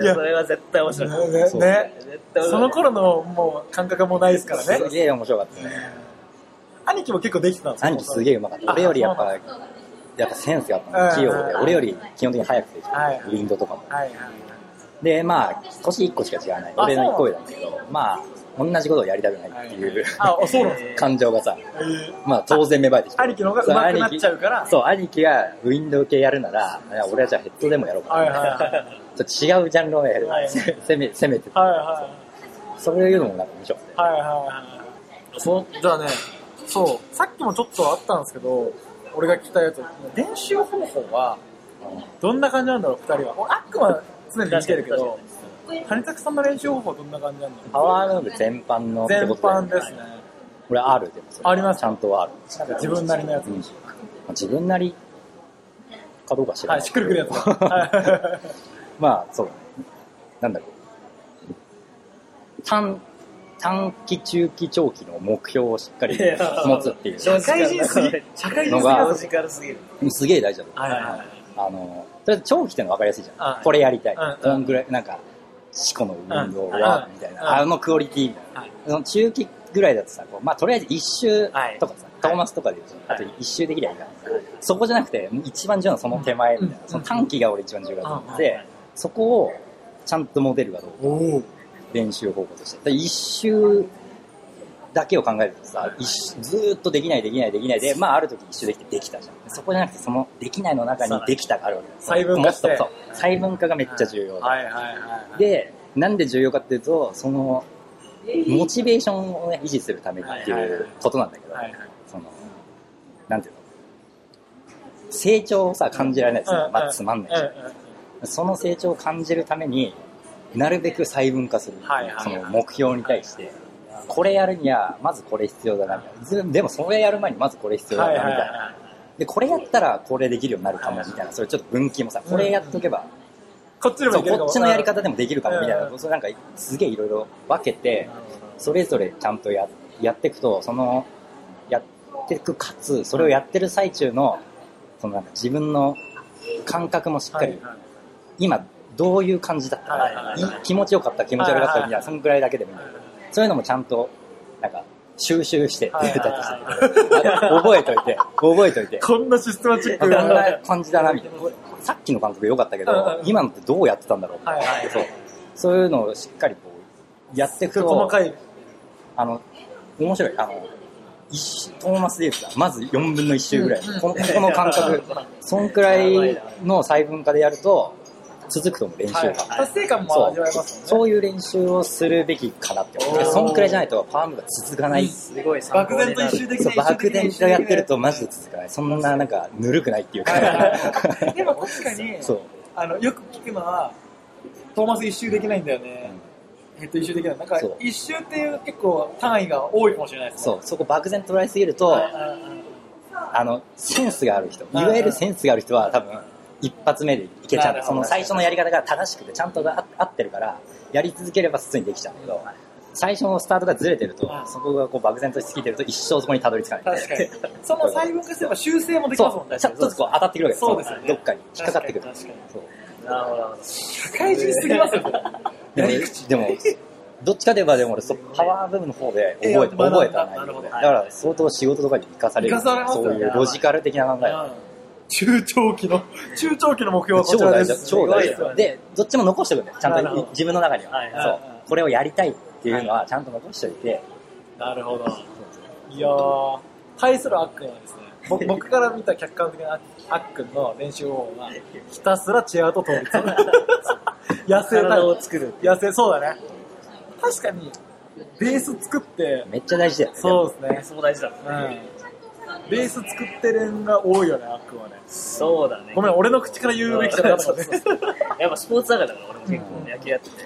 [SPEAKER 2] いやそれは絶対面白い
[SPEAKER 1] ねね
[SPEAKER 3] そう
[SPEAKER 1] ね。
[SPEAKER 2] 絶対面白い
[SPEAKER 1] その頃のもう感覚はもうないですからね
[SPEAKER 3] す。げえ面白かったね。
[SPEAKER 1] 兄貴も結構できてたんですか
[SPEAKER 3] 兄貴すげえうまかった。俺よりやっぱ、やっぱセンスがあったの。器用で。俺より基本的に早くて、ウ
[SPEAKER 1] はい
[SPEAKER 3] ィンドとかも。
[SPEAKER 1] はいはいはい。
[SPEAKER 3] で、まあ、年1個しか違わない。
[SPEAKER 1] あ
[SPEAKER 3] 俺の1個上なんだけど、まあ、同じことをやりたくないっていう
[SPEAKER 1] あ、あそうなんですね。
[SPEAKER 3] (laughs) 感情がさ、
[SPEAKER 1] えー
[SPEAKER 3] まあ当然芽生えてきて。
[SPEAKER 1] 兄貴の方が上手くなっちゃうから
[SPEAKER 3] そう、兄貴がウィンドウ系やるなら、いや俺はじゃあヘッドでもやろうかな。
[SPEAKER 1] はいはいはい。
[SPEAKER 3] ちょっと違うジャンルをやる
[SPEAKER 1] はい。
[SPEAKER 3] せめ、せめて。
[SPEAKER 1] はいは
[SPEAKER 3] それを言うのもなんか面白くて
[SPEAKER 1] い。はいはいはい。そう、じゃあね、そう、さっきもちょっとあったんですけど、俺が聞きたいやつ、練習方法は、どんな感じなんだろう、二人は。俺、あっくんは常に見てるけど、谷崎さんの練習方法はどんな感じなんだ
[SPEAKER 3] パ
[SPEAKER 1] ろ
[SPEAKER 3] ワームーブ全般の
[SPEAKER 1] う
[SPEAKER 3] って
[SPEAKER 1] 全
[SPEAKER 3] ことだよ
[SPEAKER 1] 般
[SPEAKER 3] ね
[SPEAKER 1] ですね。
[SPEAKER 3] 俺 R でもそれ
[SPEAKER 1] あります
[SPEAKER 3] ちゃんと R。
[SPEAKER 1] なんか自分なりのやつ
[SPEAKER 3] う。んまあ自分なりかどうか知ら
[SPEAKER 1] は、
[SPEAKER 3] ないい。
[SPEAKER 1] しっくりくる
[SPEAKER 3] (laughs)
[SPEAKER 1] やつ。は
[SPEAKER 3] まあ、そうだね。なんだろう。短、 (laughs) 短期、中期、長期の目標をしっかり持つっていう
[SPEAKER 1] い社会人すぎ、社会人すぎ
[SPEAKER 3] のが
[SPEAKER 1] だ
[SPEAKER 2] ロ
[SPEAKER 1] ぞ
[SPEAKER 2] ジカルすぎる。
[SPEAKER 3] うん。すげえ大事だと思
[SPEAKER 1] は
[SPEAKER 3] う。
[SPEAKER 1] いはいはい。
[SPEAKER 3] あの、とりあえず長期ってのは分かりやすいじゃ
[SPEAKER 1] うん
[SPEAKER 3] ん。これやりたい
[SPEAKER 1] うんうん。
[SPEAKER 3] どんぐらい、なんか、四個の運動は、
[SPEAKER 1] うん
[SPEAKER 3] みたい
[SPEAKER 1] うん
[SPEAKER 3] な。あのクオリティみた
[SPEAKER 1] はいい
[SPEAKER 3] な。その中期ぐらいだとさ、こうまあ、とりあえず一周
[SPEAKER 2] はい
[SPEAKER 3] とかさ、トーマスとかで言うじゃん。あと一周できりゃいいから。そこじゃなくて、一番重要なのはその手前みたい
[SPEAKER 1] うん
[SPEAKER 3] な。その短期が俺一番重要だと思っ
[SPEAKER 2] うんうん
[SPEAKER 3] て、そこをちゃんとモデルがどうか。
[SPEAKER 1] おお。
[SPEAKER 3] 練習方法として。だから一周だけを考えるとさ、一周ずーっとできないできないできないで、まあある時一周できてできたじゃん。そこじゃなくて、そのできないの中にできたがあるわけだよ
[SPEAKER 1] 細分化して
[SPEAKER 3] もっとそう。細分化がめっちゃ重要だ。
[SPEAKER 1] はいはいはい。
[SPEAKER 3] で、なんで重要かっていうと、その、モチベーションをね、維持するためにって
[SPEAKER 1] はい
[SPEAKER 3] い
[SPEAKER 1] はいはいう
[SPEAKER 3] ことなんだけど、
[SPEAKER 1] はいはい。
[SPEAKER 3] その、なんていうの成長をさ、感じられないですよ。まあつまんないし。
[SPEAKER 1] うんうん
[SPEAKER 3] その成長を感じるために、なるべく細分化する。
[SPEAKER 1] はいはいはい
[SPEAKER 3] その目標に対して、これやるには、まずこれ必要だな、みたいなず。でもそれやる前にまずこれ必要だな、
[SPEAKER 1] はい
[SPEAKER 3] み
[SPEAKER 1] は
[SPEAKER 3] た
[SPEAKER 1] い
[SPEAKER 3] いな。
[SPEAKER 1] はい。
[SPEAKER 3] で、これやったらこれできるようになるかも、みたいな。それちょっと分岐もさ、これやっとけば、
[SPEAKER 1] こっちでも
[SPEAKER 3] そ、
[SPEAKER 1] いうけるか
[SPEAKER 3] こ
[SPEAKER 1] も
[SPEAKER 3] っちのやり方でもできるかも、みたい
[SPEAKER 1] うん
[SPEAKER 3] な。そうなんか、すげえいろいろ分けて、それぞれちゃんとややっていくと、その、やっていくかつ、それをやってる最中の、そのなんか自分の感覚もしっか
[SPEAKER 1] はい
[SPEAKER 3] り
[SPEAKER 1] はいはい
[SPEAKER 3] 今どういう感じだったか、
[SPEAKER 1] はいはい
[SPEAKER 3] い気持ちよかった気持ち悪かったみたいな、
[SPEAKER 1] はい
[SPEAKER 3] そんぐらいだけでもいいんだけどそういうのもちゃんとなんか収集してデ
[SPEAKER 1] はい
[SPEAKER 3] (laughs)
[SPEAKER 1] はい
[SPEAKER 3] ータとして、
[SPEAKER 1] はい
[SPEAKER 3] (laughs) 覚えといて覚えといて
[SPEAKER 1] (laughs) こんなシステマチック
[SPEAKER 3] こ (laughs) ん
[SPEAKER 1] な。は
[SPEAKER 3] な感じだなみたいなさっきの感覚良かったけど、
[SPEAKER 1] うんうん
[SPEAKER 3] 今のってどうやってたんだろうみたい
[SPEAKER 1] い
[SPEAKER 3] な、
[SPEAKER 1] はい。
[SPEAKER 3] そうそういうのをしっかりこうやっていくと
[SPEAKER 1] 細かい。
[SPEAKER 3] あの面白いあの一トーマス・デイズだまず4分の1周ぐらい、
[SPEAKER 1] うんうん
[SPEAKER 3] このここ
[SPEAKER 1] (laughs)
[SPEAKER 3] の感覚そんくらいの細分化でやると続くと思う練習が、
[SPEAKER 1] はい達成感も
[SPEAKER 3] そう
[SPEAKER 1] 味わえますもんね。
[SPEAKER 3] そういう練習をするべきかなって思
[SPEAKER 1] お
[SPEAKER 3] う。
[SPEAKER 1] ー
[SPEAKER 3] そんくらいじゃないとパワームが続かない。そ
[SPEAKER 2] すごい参
[SPEAKER 1] 漠
[SPEAKER 2] 考にな
[SPEAKER 1] 然
[SPEAKER 2] る
[SPEAKER 1] と一周できな
[SPEAKER 3] う
[SPEAKER 1] い。
[SPEAKER 3] 爆電とやってる
[SPEAKER 1] と。
[SPEAKER 3] とマジで続かない。そんななんかぬるくないっていうか
[SPEAKER 1] はいはい
[SPEAKER 3] (laughs)
[SPEAKER 1] はい。でも確かに、
[SPEAKER 3] そう。
[SPEAKER 1] あの、よく聞くのは、トーマス一周できないんだよね。えっと、一周できない。なんか
[SPEAKER 3] そう、
[SPEAKER 1] 一周っていう結構単位が多いかもしれないですね。
[SPEAKER 3] そう、そこ漠然と捉えすぎると、あの、センスがある人、いわゆるセンスがある人は多分、一発目でいけちゃ
[SPEAKER 1] なる
[SPEAKER 3] う。
[SPEAKER 1] ほど
[SPEAKER 3] その最初のやり方が正しくて、ちゃんと合合ってるから、やり続ければ普通にできちゃうんだけど、最初のスタートがずれてると、
[SPEAKER 1] うん
[SPEAKER 3] そこがこう漠然としすぎてると一生そこにたどり着かない
[SPEAKER 1] 確かに。 (laughs) その細分化すれば修正もできますも
[SPEAKER 3] そ
[SPEAKER 1] ん
[SPEAKER 3] う
[SPEAKER 1] ね。
[SPEAKER 3] ちょっとずつこう当たってくるわけ
[SPEAKER 1] そうですよね
[SPEAKER 3] どっかに引っかかってくる
[SPEAKER 1] 確かに確
[SPEAKER 3] そう
[SPEAKER 2] なるほどなるほど。
[SPEAKER 1] 社会人すぎますよ、これ
[SPEAKER 3] でもねでもどっちかで言えばでも俺そパワー部分の方で覚えた
[SPEAKER 1] いや
[SPEAKER 3] 覚えた
[SPEAKER 1] な
[SPEAKER 3] 内
[SPEAKER 1] る
[SPEAKER 3] 容
[SPEAKER 1] ほ
[SPEAKER 3] で
[SPEAKER 1] ど
[SPEAKER 3] だから相当仕事とかに生かされる
[SPEAKER 1] 生かされますよ
[SPEAKER 3] そういうロジカル的な考え
[SPEAKER 1] うん中長期の、中長期の目標はこ
[SPEAKER 3] 超
[SPEAKER 1] ちら
[SPEAKER 3] 大
[SPEAKER 1] で
[SPEAKER 3] 事
[SPEAKER 1] す。
[SPEAKER 3] 超大
[SPEAKER 1] す
[SPEAKER 3] 事
[SPEAKER 1] ごいですよね
[SPEAKER 3] でどっちも残しておくんだよちゃん
[SPEAKER 1] なるほ
[SPEAKER 3] と
[SPEAKER 1] ど
[SPEAKER 3] 自分の中には、
[SPEAKER 2] はいはい
[SPEAKER 1] はい
[SPEAKER 3] そうこれをやりたいっていうのはちゃんと残しておいて、
[SPEAKER 1] なるほど。いやー、対するあっくんはですね、
[SPEAKER 2] (laughs)
[SPEAKER 1] ぼ僕から見た客観的なあっくんの練習方法は、ひたすらチェアと倒立。痩せた
[SPEAKER 2] 体
[SPEAKER 1] い
[SPEAKER 2] を。作る。
[SPEAKER 1] 痩せそうだね。確かに、ベース作って、
[SPEAKER 3] めっちゃ大事だよね
[SPEAKER 1] そうですね。
[SPEAKER 2] そこ大事だもん。
[SPEAKER 1] うん。ベース作ってるんが多いよね、あっくんはね。
[SPEAKER 2] そうだね。
[SPEAKER 1] ごめん、俺の口から言うべきじゃなかったね。
[SPEAKER 2] そうそう
[SPEAKER 1] (laughs)
[SPEAKER 2] そうやっぱスポーツだから俺も結構野球やってて、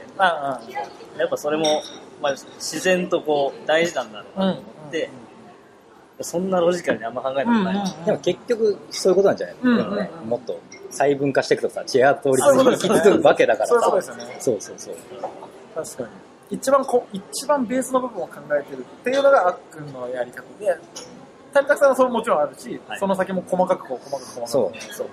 [SPEAKER 2] やっぱそれも、まあ、自然とこう大事なんだろ
[SPEAKER 1] う
[SPEAKER 2] う
[SPEAKER 1] んう
[SPEAKER 2] な、
[SPEAKER 1] ん。うん。
[SPEAKER 2] でそんなロジカルにあんま考えたこ
[SPEAKER 1] う
[SPEAKER 2] と
[SPEAKER 1] ん
[SPEAKER 2] ない、
[SPEAKER 3] でも結局そういうことなんじゃない、
[SPEAKER 1] うん
[SPEAKER 3] でもね
[SPEAKER 1] うん
[SPEAKER 3] もっと細分化していくとさチェア通り
[SPEAKER 1] そういうこと
[SPEAKER 3] に
[SPEAKER 1] で
[SPEAKER 3] 行
[SPEAKER 1] す
[SPEAKER 3] き
[SPEAKER 1] よね
[SPEAKER 3] 着くわけだから
[SPEAKER 1] そう
[SPEAKER 3] さ
[SPEAKER 1] いうことですよね。
[SPEAKER 3] そうそうそう
[SPEAKER 1] 確かに。一番こ、一番ベースの部分を考えてるっていうのがあっくんのやり方で、谷田さんはそれももちろんあるし、
[SPEAKER 2] はい
[SPEAKER 1] その先も細かくこう、細かく細かく。
[SPEAKER 3] そう
[SPEAKER 1] そう。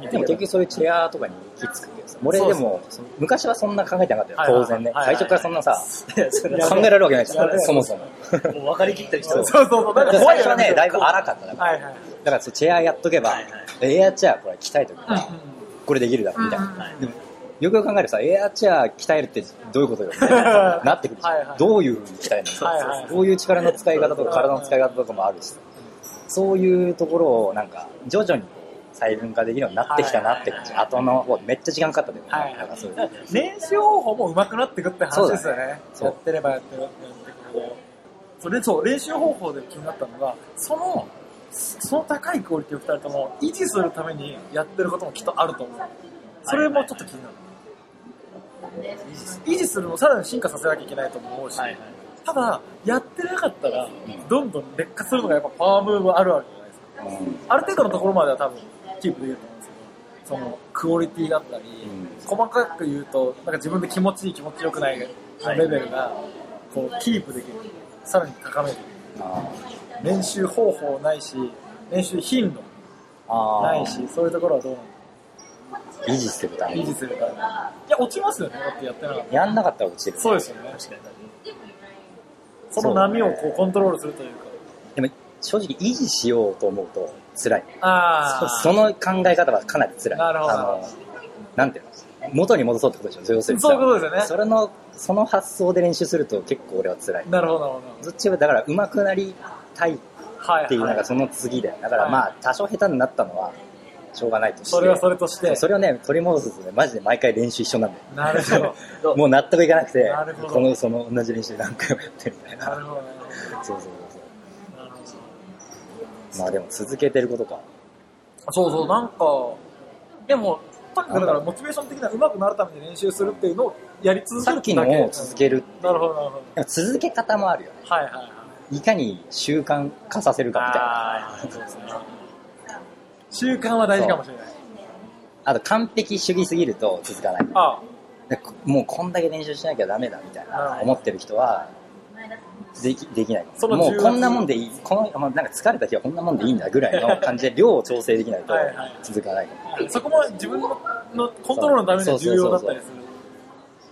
[SPEAKER 1] 見て
[SPEAKER 3] でも
[SPEAKER 1] い
[SPEAKER 3] 結
[SPEAKER 1] けば
[SPEAKER 3] 局そういうチェアとかに行き着くけどさ俺
[SPEAKER 1] そう
[SPEAKER 3] で
[SPEAKER 1] そう
[SPEAKER 3] もその昔はそんな考えてなかったよ
[SPEAKER 1] はいはいは
[SPEAKER 3] 当
[SPEAKER 1] い
[SPEAKER 3] 然ね
[SPEAKER 1] はいはい
[SPEAKER 3] 最初からそんなさ
[SPEAKER 2] それは
[SPEAKER 3] 考えられるわけないじゃ
[SPEAKER 1] やべえ
[SPEAKER 3] んそもそも
[SPEAKER 2] もう分かりきってる人
[SPEAKER 1] そ
[SPEAKER 2] は
[SPEAKER 1] うそうそう。だから
[SPEAKER 3] 最
[SPEAKER 1] 怖い
[SPEAKER 3] 初
[SPEAKER 1] よ
[SPEAKER 3] は
[SPEAKER 1] ね。
[SPEAKER 3] ねだいぶ荒かっただから
[SPEAKER 1] はいはい。
[SPEAKER 3] だからそうチェアやっとけば
[SPEAKER 2] はいは
[SPEAKER 3] エアチェアこれ鍛えとけ
[SPEAKER 1] うん
[SPEAKER 3] ばこれできるだろみたい
[SPEAKER 1] うん
[SPEAKER 3] な
[SPEAKER 2] はい
[SPEAKER 3] でもよくよく考えるとさエアチェア鍛えるってどういうことよみた
[SPEAKER 1] (laughs)
[SPEAKER 3] いななってくるじ
[SPEAKER 1] はい
[SPEAKER 3] ゃ
[SPEAKER 1] は
[SPEAKER 3] ん
[SPEAKER 1] い
[SPEAKER 3] どういうふうに鍛える
[SPEAKER 1] はいはいは
[SPEAKER 3] の
[SPEAKER 1] い
[SPEAKER 3] どういう力の使い方とか体の使い方とかもあるしそういうところをなんか徐々に細分化できるようになってきたなって感じ後の方めっちゃ時間かかったでも
[SPEAKER 1] はいはい
[SPEAKER 3] なん
[SPEAKER 1] (laughs)
[SPEAKER 3] かそういう
[SPEAKER 1] 練習方法も上手くなってくって話ですよね。
[SPEAKER 3] そう
[SPEAKER 1] やってればやってればやってくほど。それそう、練習方法で気になったのが、その、その高いクオリティを2人とも維持するためにやってることもきっとあると思う。それもちょっと気になる。維持するのをさらに進化させなきゃいけないとも思うし、
[SPEAKER 2] はいはい
[SPEAKER 1] ただ、やってなかったら、どんどん劣化するのがやっぱパワームーブあるあるじゃないですか。
[SPEAKER 3] うん
[SPEAKER 1] ある程度のところまでは多分キープできると思うんですけど、そのクオリティだったり、
[SPEAKER 3] う
[SPEAKER 1] 細かく言うと、なんか自分で気持ちいい気持ちよくないレベルが、こう、キープできる。さらに高める。
[SPEAKER 3] あ
[SPEAKER 1] 練習方法ないし、練習頻度
[SPEAKER 3] ーあー
[SPEAKER 1] ないし、そういうところはどうな
[SPEAKER 3] 維持するため
[SPEAKER 1] の維
[SPEAKER 3] に
[SPEAKER 1] 持するか。いや、落ちますよね。だってやってなかったら。
[SPEAKER 3] やんなかったら落ちる
[SPEAKER 1] そうですよね。
[SPEAKER 2] 確かに
[SPEAKER 1] その波をこう、コントロールするというか。
[SPEAKER 3] でも正直維持しようと思うと辛い
[SPEAKER 1] あ
[SPEAKER 3] そその考え方はかなり辛い
[SPEAKER 1] なるほど
[SPEAKER 3] あのなんていうの元に戻そうってことでしょ要するにさ
[SPEAKER 1] そういうことですよね
[SPEAKER 3] それのその発想で練習すると結構俺は辛い
[SPEAKER 1] なるほど、なるほど。
[SPEAKER 3] どっちはだから上手くなりたいっ
[SPEAKER 1] はい。
[SPEAKER 3] ていう
[SPEAKER 1] は
[SPEAKER 3] のがその次でだから
[SPEAKER 1] はい
[SPEAKER 3] まあ多少下手になったのはしょうがないとして
[SPEAKER 1] それはそれとし
[SPEAKER 3] そ
[SPEAKER 1] て
[SPEAKER 3] う。それをね取り戻すとねマジで毎回練習一緒なんだ
[SPEAKER 1] な
[SPEAKER 3] よ
[SPEAKER 1] るほど。
[SPEAKER 3] もう納得いかなくて
[SPEAKER 1] なるほど
[SPEAKER 3] このその同じ練習何回もやってみたい
[SPEAKER 1] な
[SPEAKER 3] な
[SPEAKER 1] (laughs) るほどね。
[SPEAKER 3] そうそうそう
[SPEAKER 1] なるほど。
[SPEAKER 3] そうまあでも続けてることか
[SPEAKER 1] そうそう、なんか、でも、とにかくだからモチベーション的な上手くなるために練習するっていうのをやり続け
[SPEAKER 3] さ
[SPEAKER 1] る
[SPEAKER 3] っ
[SPEAKER 1] って
[SPEAKER 3] き
[SPEAKER 1] だ
[SPEAKER 3] の
[SPEAKER 1] け
[SPEAKER 3] を続ける
[SPEAKER 1] なるほど、なるほど。
[SPEAKER 3] でも続け方もあるよね
[SPEAKER 1] はいはいはい。
[SPEAKER 3] いかに習慣化させるかみたいな
[SPEAKER 1] あーそうですね。習慣は大事かもしれない。
[SPEAKER 3] あと完璧主義すぎると続かない
[SPEAKER 1] あ
[SPEAKER 3] でこもうこんだけ練習しなきゃダメだみたいな
[SPEAKER 1] うん
[SPEAKER 3] 思ってる人はできできない
[SPEAKER 1] その
[SPEAKER 3] もう
[SPEAKER 1] 重圧
[SPEAKER 3] こんなもんでいいこの、まあ、なんか疲れた日はこんなもんでいいんだぐらいの感じで量を調整できないと
[SPEAKER 1] はいはい
[SPEAKER 3] 続かない
[SPEAKER 1] そこも自分のコントロールのためには重要だったりする。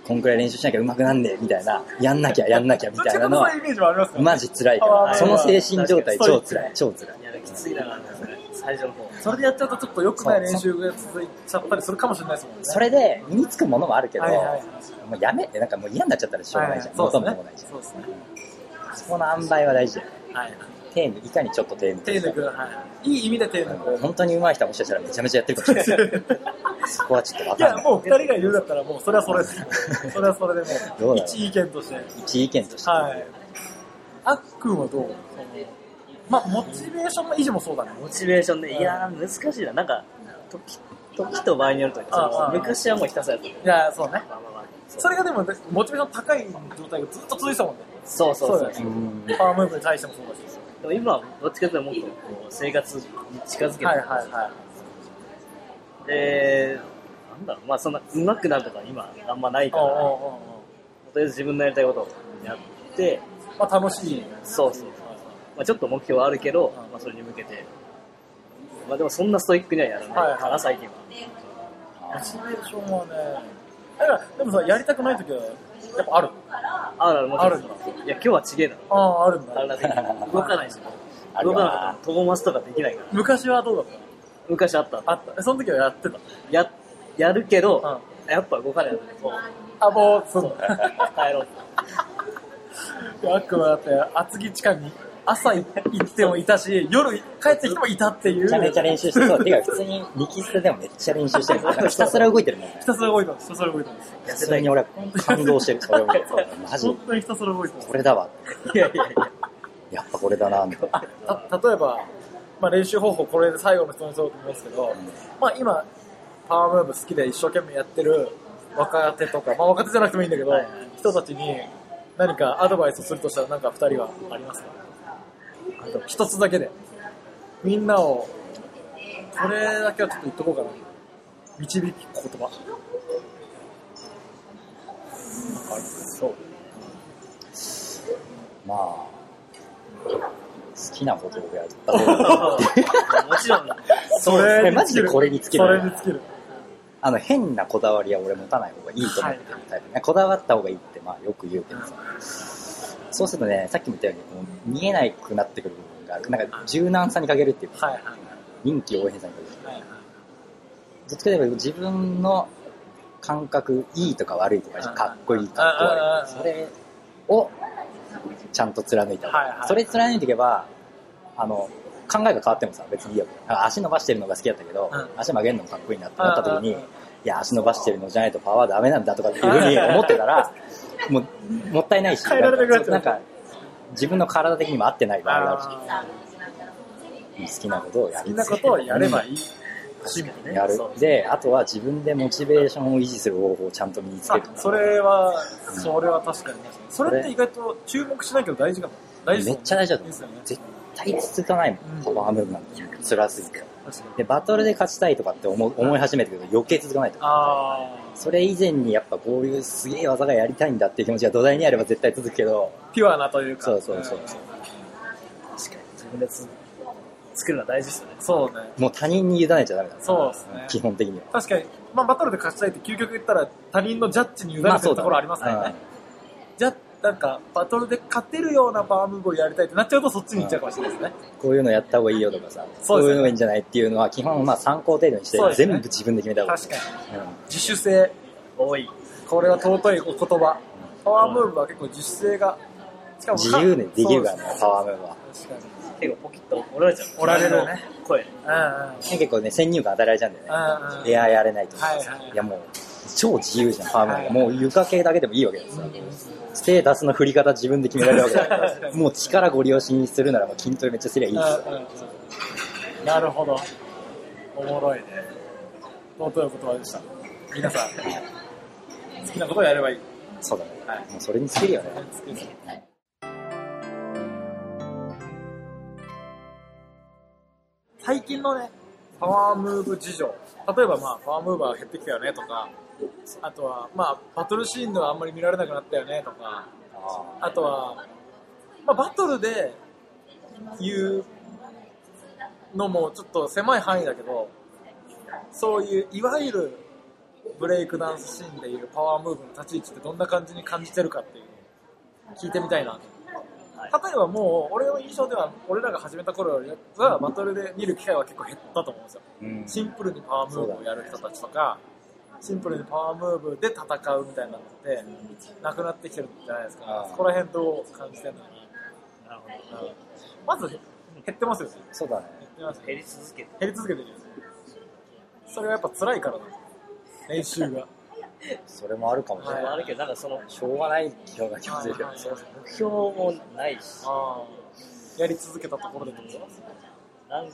[SPEAKER 3] こんくらい練習しなきゃうまくなんねえみたいなやんなきゃやんなきゃみ
[SPEAKER 1] どったち
[SPEAKER 3] い
[SPEAKER 1] か
[SPEAKER 3] な
[SPEAKER 1] と
[SPEAKER 3] の
[SPEAKER 1] そう
[SPEAKER 3] は
[SPEAKER 1] いうイメージもありますから、
[SPEAKER 3] マジ辛いから
[SPEAKER 1] あー
[SPEAKER 3] その精神状
[SPEAKER 1] 確
[SPEAKER 3] 態
[SPEAKER 1] かに
[SPEAKER 3] 超辛い超辛い
[SPEAKER 2] いやきついだな最初の方
[SPEAKER 1] それでやっちゃうとちょっと良くない練習が続いちゃったりするかもしれないですもんね。
[SPEAKER 3] それで身につくものもあるけど、
[SPEAKER 1] はいはいはい
[SPEAKER 3] もうやめてなんかもう嫌になっちゃったらしょうがないじゃ
[SPEAKER 1] は
[SPEAKER 3] ん、
[SPEAKER 1] いはい
[SPEAKER 3] 元も子もないじゃん
[SPEAKER 1] そうですね。そう
[SPEAKER 3] そこの塩梅は大事だよね
[SPEAKER 1] ですねはい。
[SPEAKER 3] 手抜いかにちょっと手抜く
[SPEAKER 1] 手抜く、はい。いい意味で手抜く。
[SPEAKER 3] 本当に上手い人はもしかしたらめちゃめちゃやってるかもしれないそこはちょっとわ
[SPEAKER 1] (laughs) い
[SPEAKER 3] かん
[SPEAKER 1] や、
[SPEAKER 3] ない
[SPEAKER 1] もう二人が言うんだったら、もうそれはそれ (laughs) です。それはそれで
[SPEAKER 3] ど
[SPEAKER 1] も
[SPEAKER 3] う
[SPEAKER 1] う、
[SPEAKER 3] なの
[SPEAKER 1] 一意見として。
[SPEAKER 3] 一意見として、
[SPEAKER 1] はい。あっくんはどうそのまあ、モチベーションの維持もそうだね。
[SPEAKER 2] モチベーションでいやー難しいななんか時時と場合によると
[SPEAKER 1] ああああ
[SPEAKER 2] 昔はもうひたすらやってる
[SPEAKER 1] いや、そうね。
[SPEAKER 2] まあまあまあ
[SPEAKER 1] それがでも、モチベーション高い状態がずっと続いてたもんね。
[SPEAKER 2] そうそうそう
[SPEAKER 1] だ
[SPEAKER 2] そ
[SPEAKER 1] よ
[SPEAKER 2] う
[SPEAKER 1] ね
[SPEAKER 3] ん
[SPEAKER 1] パワームーブに対してもそうだし。
[SPEAKER 2] でも今はどっちかというともっとこう生活に近づけて、
[SPEAKER 1] はいはいはい。
[SPEAKER 2] でなんだろうまあそんな上手くなるとか今あんまないか
[SPEAKER 1] おうおう
[SPEAKER 2] ら
[SPEAKER 1] おうおう
[SPEAKER 2] とりあえず自分のやりたいことをやって、
[SPEAKER 1] まあ楽しい。
[SPEAKER 2] そうそうまあ、ちょっと目標はあるけど、まあ、それに向けて、まあ、でもそんなストイックにはやらないか
[SPEAKER 1] はいは
[SPEAKER 2] な、最近は。
[SPEAKER 1] モチベーションはね、だからでもさ、やりたくないときは、やっぱある。
[SPEAKER 2] あるある、もちろ
[SPEAKER 1] あるんだ
[SPEAKER 2] ん。いや、今日はちげえな。
[SPEAKER 1] ああ、あ
[SPEAKER 2] (laughs)
[SPEAKER 1] るん
[SPEAKER 2] あれ
[SPEAKER 1] だ。
[SPEAKER 2] だって動かないし、
[SPEAKER 3] ある
[SPEAKER 2] 動かな
[SPEAKER 3] わ
[SPEAKER 2] かったら遠回しとかできないから。
[SPEAKER 1] 昔はどうだっ
[SPEAKER 2] 昔あった。
[SPEAKER 1] たあった。その時はやってた。
[SPEAKER 2] や、やるけど、やっぱ動かないと
[SPEAKER 1] あ、もう、 (laughs) そう。
[SPEAKER 2] (laughs) 帰ろう。
[SPEAKER 1] あっくんはだって、厚木地下に朝行ってもいたし、夜帰ってきてもいたっていう。
[SPEAKER 3] めちゃめちゃ練習し
[SPEAKER 1] (laughs)
[SPEAKER 3] て、そう、てか普通に力室でもめっちゃ練習してるなんかひたすら動いてるもんね
[SPEAKER 1] ひ。たすら動いたんです。ひたすら動いたんです。
[SPEAKER 3] 普通に俺は感動してる、それを
[SPEAKER 1] (laughs)
[SPEAKER 3] 見て。マジ
[SPEAKER 1] 本、当にひたすら動いてます
[SPEAKER 3] こ。れだわ。
[SPEAKER 2] いやいやいや。
[SPEAKER 3] やっぱこれ
[SPEAKER 1] (laughs)
[SPEAKER 3] だな、みたいな。
[SPEAKER 1] た例えば、まあ、練習方法これで最後の人にそうと思うんですけど、まあ、今パワームーブ好きで一生懸命やってる若手とか、まあ、若手じゃなくてもいいんだけど、
[SPEAKER 2] はいはい
[SPEAKER 1] 人たちに何かアドバイスをするとしたら何か2人はありますかあと一つだけでみんなをこれだけはちょっと言っとこうかな導き言葉
[SPEAKER 2] そう。
[SPEAKER 3] まあ、好きなことをやった方がいい
[SPEAKER 2] もちろん、
[SPEAKER 3] そうですね。マジでこれに尽き
[SPEAKER 1] それに
[SPEAKER 3] る。
[SPEAKER 1] 尽きる
[SPEAKER 3] あの、変なこだわりは俺持たない方がいいと思ってるタイプね。こだわった方がいいって、まあよく言うけどさ。そうするとね、さっきも言ったように、こう見えなくなってくる部分がある。なんか柔軟さに欠けるっていうか、
[SPEAKER 1] はいはい
[SPEAKER 3] 臨機応変さに欠ける。
[SPEAKER 1] はいはい
[SPEAKER 3] どっちかといえば自分の感覚、いいとか悪いとか、
[SPEAKER 1] うん
[SPEAKER 3] かっこいい、かっこ悪い。
[SPEAKER 1] うん
[SPEAKER 3] それをちゃんと貫いた方がいい
[SPEAKER 1] はいはい
[SPEAKER 3] それ貫いていけば、あの、考えが変わってもさ、別にいいよ。なんか足伸ばしてるのが好きだったけど、
[SPEAKER 1] うん
[SPEAKER 3] 足曲げるのもかっこいいなってなった時に、
[SPEAKER 1] うんうんうん
[SPEAKER 3] いや、足伸ばしてるのじゃないとパワーダメなんだとかっていうふうに思って
[SPEAKER 1] (laughs)
[SPEAKER 3] たら、もう、もったいないし、
[SPEAKER 1] 変えられなくなっちゃう
[SPEAKER 3] なんか、自分の体的にも合ってない場合があるし、
[SPEAKER 1] あー
[SPEAKER 3] 好きなことをやる。
[SPEAKER 1] 好きなことをやればいい趣味ね
[SPEAKER 3] やる
[SPEAKER 1] そう
[SPEAKER 3] であとは自分でモチベーションを維持する方法をちゃんと身につけ
[SPEAKER 1] あ
[SPEAKER 3] る
[SPEAKER 1] それは、それは確かに確かにそれっ
[SPEAKER 3] こ
[SPEAKER 1] て
[SPEAKER 3] れ
[SPEAKER 1] 意外と注目しないけど大事かも。大事
[SPEAKER 3] めっちゃ大事だと
[SPEAKER 1] で
[SPEAKER 3] 思
[SPEAKER 1] すよね。
[SPEAKER 3] 絶対続かないも
[SPEAKER 1] うん
[SPEAKER 3] んパワームーブなんて辛すぎて
[SPEAKER 1] 確かに。
[SPEAKER 3] でバトルで勝ちたいとかって思う思い始めてくると余計続かないと
[SPEAKER 1] あ
[SPEAKER 3] それ以前にやっぱこういうすげえ技がやりたいんだっていう気持ちが土台にあれば絶対続くけど
[SPEAKER 1] ー、ピュアなというか。
[SPEAKER 3] そうそうそうそうん
[SPEAKER 2] 確かに自分でつ作るのは大事ですよね。
[SPEAKER 1] そうね。
[SPEAKER 3] もう他人に委ねちゃダメだ
[SPEAKER 1] そうですね。
[SPEAKER 3] 基本的には
[SPEAKER 1] 確かに、まあバトルで勝ちたいって究極言ったら他人のジャッジに委ねて
[SPEAKER 3] ま
[SPEAKER 1] る
[SPEAKER 3] あそう
[SPEAKER 1] と
[SPEAKER 3] だ
[SPEAKER 1] ころありますからね。じゃなんか、バトルで勝てるようなパワームーブをやりたいってなっちゃうとそっちに行っちゃうかもしれないですね。
[SPEAKER 3] こういうのやった方がいいよとかさ
[SPEAKER 1] そうですね
[SPEAKER 3] こういうのがいいんじゃないっていうのは基本まあ参考程度にして
[SPEAKER 1] そうですね
[SPEAKER 3] 全部自分で決めた方がいい
[SPEAKER 1] 確かに。
[SPEAKER 3] うん
[SPEAKER 1] 自主性。
[SPEAKER 2] 多い。
[SPEAKER 1] これは尊いお言葉。パワームーブは結構自主性が、しかも
[SPEAKER 3] 自由にできるか
[SPEAKER 1] そうです
[SPEAKER 3] らね
[SPEAKER 1] ね
[SPEAKER 3] パワームーブは
[SPEAKER 1] 確かに。
[SPEAKER 2] 結構ポキッと折られちゃう。
[SPEAKER 1] 折られるね。
[SPEAKER 2] 声。
[SPEAKER 1] うんうん。
[SPEAKER 3] 結構ね、先入観与えられちゃうんだよね。
[SPEAKER 1] うんうん
[SPEAKER 3] エアやれないとかさ、
[SPEAKER 1] はいはい
[SPEAKER 3] いやもう、超自由じゃん、パワーマン
[SPEAKER 1] はい
[SPEAKER 3] もう床系だけでもいいわけですよ。ステータスの振り方自分で決められるわけだか、
[SPEAKER 1] 確からに
[SPEAKER 3] もう力ご利用しにするならもう筋トレめっちゃすりゃいいですよ。
[SPEAKER 1] うんなるほど。おもろいね。尊い言葉でした。皆さん、好きなことをやればいい。
[SPEAKER 3] そうだね。
[SPEAKER 1] はい
[SPEAKER 3] もうそれに尽きるよね。
[SPEAKER 1] 最近のね、パワームーブ事情。例えばまあ、パワームーバー減ってきたよねとか、あとはまあ、バトルシーンではあんまり見られなくなったよねとか、あとは、まあ、バトルで言うのもちょっと狭い範囲だけど、そういういわゆるブレイクダンスシーンでいうパワームーブの立ち位置ってどんな感じに感じてるかっていうのを聞いてみたいなと。例えばもう、俺の印象では、俺らが始めた頃よりは、バトルで見る機会は結構減ったと思うんですよ。
[SPEAKER 3] うん
[SPEAKER 1] シンプルにパワームーブをやる人たちとか、シンプルにパワームーブで戦うみたいなのって、なくなってきてるじゃないです
[SPEAKER 3] あ
[SPEAKER 1] か
[SPEAKER 3] あ。
[SPEAKER 1] そこら辺どう感じてるのか
[SPEAKER 2] なるほ
[SPEAKER 1] な。うんまず、減ってますよね。
[SPEAKER 3] そうだね。
[SPEAKER 1] 減ってます
[SPEAKER 2] ど。
[SPEAKER 1] ね
[SPEAKER 2] 減り続けて。
[SPEAKER 1] 減り続けてるよね。それはやっぱ辛いからなんですよ練習が。
[SPEAKER 3] それもあるかもし
[SPEAKER 1] は
[SPEAKER 3] れないい。
[SPEAKER 2] あるけど、なんかその、
[SPEAKER 3] しょうがない気が気がするよね。
[SPEAKER 2] 目標もないし、
[SPEAKER 1] ああやり続けたところでってこと
[SPEAKER 2] なんか、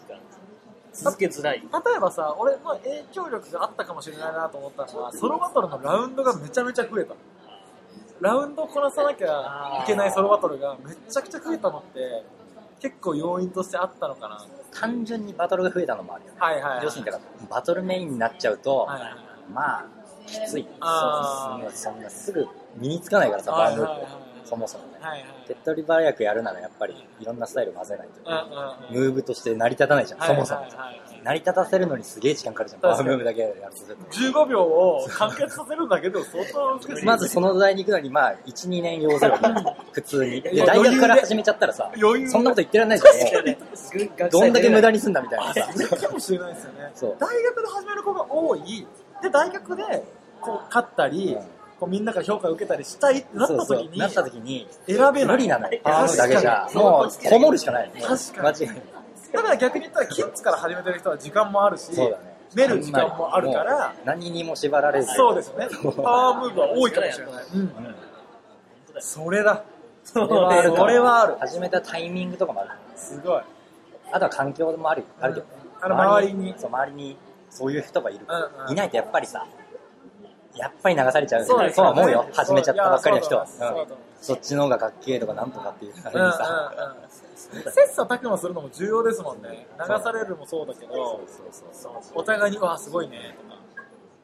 [SPEAKER 2] 続けづらい。
[SPEAKER 1] 例えばさ、俺の影響力があったかもしれないなと思ったのは、ソロバトルのラウンドがめちゃめちゃ増えた。ラウンドをこなさなきゃいけないソロバトルがめちゃくちゃ増えたのって、結構要因としてあったのかな。
[SPEAKER 3] 単純にバトルが増えたのもあるよね。
[SPEAKER 1] はいはい、はい。
[SPEAKER 3] 要するにだから、バトルメインになっちゃうと、
[SPEAKER 1] はいはいはい
[SPEAKER 3] まあ、きつい。
[SPEAKER 1] あ
[SPEAKER 3] そう
[SPEAKER 1] ー
[SPEAKER 3] ですね。そんなすぐ身につかないからさ、
[SPEAKER 1] は
[SPEAKER 3] バ
[SPEAKER 1] い
[SPEAKER 3] ー
[SPEAKER 1] は
[SPEAKER 3] ム
[SPEAKER 1] いは
[SPEAKER 3] ー
[SPEAKER 1] い
[SPEAKER 3] ブはそもそもね。
[SPEAKER 1] はいはい。
[SPEAKER 3] 手っ取り早くやるならやっぱりいろんなスタイル混ぜないと。
[SPEAKER 1] うんうんうん。
[SPEAKER 3] ムーブとして成り立たないじゃん、そもそ
[SPEAKER 1] は
[SPEAKER 3] も
[SPEAKER 1] い。はいはい
[SPEAKER 3] 成り立たせるのにすげえ時間かかるじゃん、
[SPEAKER 1] 確
[SPEAKER 3] バ
[SPEAKER 1] か
[SPEAKER 3] ー
[SPEAKER 1] に
[SPEAKER 3] ムーブだけやるとする
[SPEAKER 1] 15秒を完結させるだけでも相当難しいです
[SPEAKER 3] と。
[SPEAKER 1] よ。
[SPEAKER 3] まずその土台に行くのに、まあ、1、2年要するわけ普通に。いや大
[SPEAKER 1] 余裕で
[SPEAKER 3] 学から始めちゃったらさ、
[SPEAKER 1] 余裕で
[SPEAKER 3] そんなこと言ってらんないじゃんもう。どんだけ無駄
[SPEAKER 2] に
[SPEAKER 3] にすんだみたいなさ。
[SPEAKER 1] それかもしれないですよね。
[SPEAKER 3] そう
[SPEAKER 1] 大学で始める子が多い。で、大学で、こう、勝ったり、
[SPEAKER 3] うん
[SPEAKER 1] こう、みんなから評価を受けたりしたいってなっ
[SPEAKER 3] そう
[SPEAKER 1] た
[SPEAKER 3] そ
[SPEAKER 1] 時
[SPEAKER 3] う。
[SPEAKER 1] に、
[SPEAKER 3] なった時に、
[SPEAKER 1] 選べない。
[SPEAKER 3] 無理なのよ。
[SPEAKER 1] 確かに
[SPEAKER 3] あのだけじゃ。
[SPEAKER 1] その
[SPEAKER 3] も
[SPEAKER 1] 時
[SPEAKER 3] う、こもるしかない。
[SPEAKER 1] 確かに
[SPEAKER 3] 間違いない。
[SPEAKER 1] だから逆に言ったら、キッズから始めてる人は時間もあるし、
[SPEAKER 3] そうだね。
[SPEAKER 1] 練る時間もあるから
[SPEAKER 3] もう何にも縛られず。
[SPEAKER 1] そうです
[SPEAKER 3] (laughs)
[SPEAKER 1] よね。パワームーブは多いかもしれない。うん。それだ。
[SPEAKER 2] そ
[SPEAKER 3] それはある
[SPEAKER 1] それはある
[SPEAKER 3] 始めたタイミングとかもある。
[SPEAKER 1] すごい。
[SPEAKER 3] あとは環境もあるあるけどね。
[SPEAKER 1] あの周りに
[SPEAKER 3] そう、周りに、そういう人がいるから
[SPEAKER 1] うんうん
[SPEAKER 3] いないとやっぱりさ、やっぱり流されちゃう。
[SPEAKER 1] そうですよね
[SPEAKER 3] 思うよ。始めちゃったばっかりの人は。
[SPEAKER 1] そうだと思いますそうだと思
[SPEAKER 3] うん
[SPEAKER 1] います
[SPEAKER 3] そっちの方がかっけえとかなんとかっていうあれに
[SPEAKER 1] うんうんうん
[SPEAKER 3] さ。。
[SPEAKER 1] 切磋琢磨するのも重要ですもんね。流されるもそうだけど、お互いに、わあ、すごいね、とか。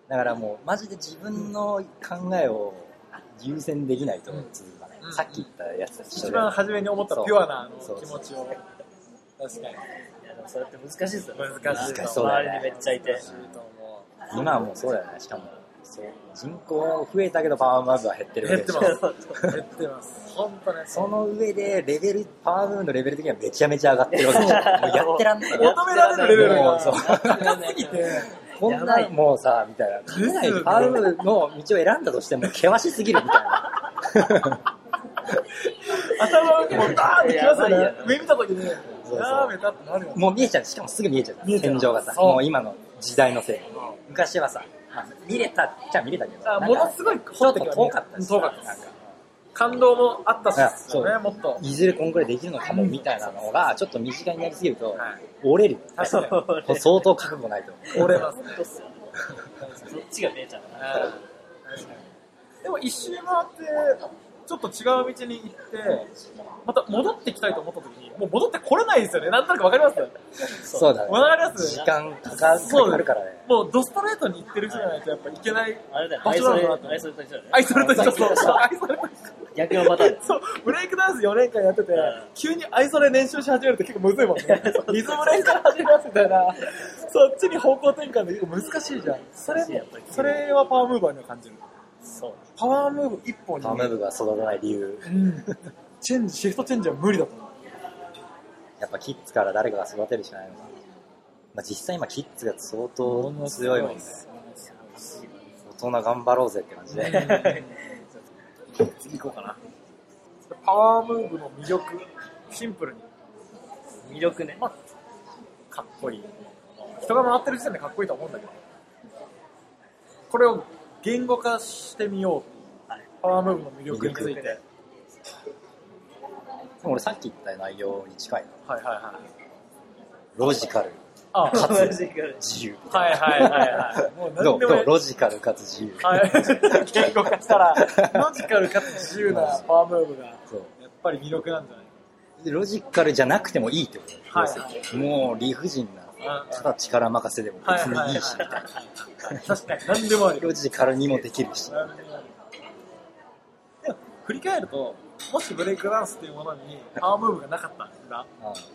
[SPEAKER 3] だからもう、マジで自分の考えを優先できないと続か
[SPEAKER 1] う
[SPEAKER 3] ない。
[SPEAKER 1] ん
[SPEAKER 3] さっき言ったやつと一緒
[SPEAKER 1] 一
[SPEAKER 3] で
[SPEAKER 1] 番初めに思ったピュアなあの
[SPEAKER 3] そう
[SPEAKER 1] 気持ちを。確かに。
[SPEAKER 2] それって難しいですよね
[SPEAKER 1] 難しいと思う
[SPEAKER 3] そうだね
[SPEAKER 2] 周りにめっちゃいて
[SPEAKER 1] 難しいと思
[SPEAKER 3] 今はもうそうだよね。しかも、そう人口増えたけどパワーマーブは減って
[SPEAKER 1] う
[SPEAKER 3] るわ
[SPEAKER 1] 減
[SPEAKER 3] け
[SPEAKER 1] って
[SPEAKER 3] でし
[SPEAKER 1] ま
[SPEAKER 2] (laughs)
[SPEAKER 3] ょ。
[SPEAKER 1] (laughs) す。減ってます。本当ね。
[SPEAKER 3] その上で、レベル、パワームーブのレベル的にはめちゃめちゃ上がってるわ
[SPEAKER 1] (laughs)
[SPEAKER 3] けでしょ。もうやってらんない。
[SPEAKER 1] 求められるレベル
[SPEAKER 3] も
[SPEAKER 1] が
[SPEAKER 3] うそう
[SPEAKER 1] 高すぎて、
[SPEAKER 3] こんなもうさ、みたいな。考えない
[SPEAKER 1] ですよね
[SPEAKER 3] パワームーブの道を選んだとしても険しすぎるみたいな。
[SPEAKER 1] 頭がもうバーンってきますよね
[SPEAKER 2] いややばい。よ
[SPEAKER 1] 目見た時に、
[SPEAKER 3] そう
[SPEAKER 1] ラーメンだってなるよね。
[SPEAKER 3] もう見えちゃう。しかもすぐ見えちゃう。
[SPEAKER 1] 見えちゃう
[SPEAKER 3] 天井がさ、
[SPEAKER 1] そう
[SPEAKER 3] もう今の時代のせい。昔はさ、まあ見れたっちゃ見れたけど。
[SPEAKER 1] あものすごい
[SPEAKER 3] ちょっと遠かったし
[SPEAKER 1] 遠かった
[SPEAKER 3] なんか
[SPEAKER 1] 感動もあったっすよ
[SPEAKER 3] い
[SPEAKER 1] ね、
[SPEAKER 3] や
[SPEAKER 1] もっと。
[SPEAKER 3] いずれこんくらいできるのかもみたいなのが、ちょっと身近になりすぎると
[SPEAKER 1] はい、
[SPEAKER 3] 折れる。
[SPEAKER 1] 確かに
[SPEAKER 3] もう相当覚悟ないと。
[SPEAKER 1] 折れますね。
[SPEAKER 2] そうっすよねそっちが見えちゃう
[SPEAKER 1] うん確かにでも一周回って、ちょっと違う道に行って、また戻ってきたいと思った時に、もう戻ってこれないですよね。なんとなくわかります
[SPEAKER 3] そうだね。
[SPEAKER 1] わかります
[SPEAKER 3] 時間かかかかるからね。
[SPEAKER 1] もうドストレートに行ってる人じゃないとやっぱいけない
[SPEAKER 2] あれだよ
[SPEAKER 1] 場
[SPEAKER 2] アイ
[SPEAKER 1] 所
[SPEAKER 2] ソ
[SPEAKER 1] な
[SPEAKER 2] レ
[SPEAKER 1] のかなと思
[SPEAKER 2] ア
[SPEAKER 1] う
[SPEAKER 2] イ。ソレと一緒だよね
[SPEAKER 1] アイソレと一緒、そうそう、アイソレと一緒。
[SPEAKER 2] 逆のパターンです
[SPEAKER 1] そう、ブレイクダンス4年間やってて、急にアイソレ練習し始めると結構むずいも (laughs) んね。リズム練から始めますみたいな、そっちに方向転換で結構難しいじゃん。それも、それはパワームーバーには感じる。
[SPEAKER 2] そう
[SPEAKER 1] パワームーブ一本
[SPEAKER 3] パワームー
[SPEAKER 1] に、
[SPEAKER 3] ブが育たない理由。
[SPEAKER 1] うん、チェンジ、シフトチェンジは無理だと思う。
[SPEAKER 3] やっぱキッズから誰かが育てるしかないのかな。まあ、実際今キッズが相当強いもんね。大人頑張ろうぜって感じで。
[SPEAKER 1] 次行こうかな。パワームーブの魅力、シンプルに、
[SPEAKER 2] 魅力ね
[SPEAKER 1] まあ、かっこいい。人が回ってる時点でかっこいいと思うんだけど。これを言語化してみよう
[SPEAKER 2] はい。
[SPEAKER 1] パワームーブの魅力について。
[SPEAKER 2] 魅力
[SPEAKER 3] でも俺さっき言った内容に近いな。
[SPEAKER 1] はいはいはい。
[SPEAKER 3] ロジカル、
[SPEAKER 1] あ、はい
[SPEAKER 3] かつ
[SPEAKER 2] マジか
[SPEAKER 3] 自由。
[SPEAKER 1] はいはいはい。もう
[SPEAKER 3] ど
[SPEAKER 1] 何
[SPEAKER 3] う
[SPEAKER 1] でも
[SPEAKER 3] ど
[SPEAKER 1] や
[SPEAKER 3] うロジカルかつ自由。
[SPEAKER 1] はい。 (laughs) 言語化したら、ロジカルかつ自由なパワームーブが、や
[SPEAKER 3] そう
[SPEAKER 1] っぱり魅力なんじゃない
[SPEAKER 3] でロジカルじゃなくてもいいってことだよ
[SPEAKER 1] はいはい
[SPEAKER 3] 要するにもう理不尽な、
[SPEAKER 1] うん
[SPEAKER 3] ただ力任せでも
[SPEAKER 1] はい
[SPEAKER 3] 別
[SPEAKER 1] はい
[SPEAKER 3] にいいし、みたいな
[SPEAKER 1] はい。確かに、何でもあり。
[SPEAKER 3] ロジカルにもできるし。
[SPEAKER 1] でも振り返ると、もしブレイクダンスっていうものにパワームーブがなかったら、
[SPEAKER 3] う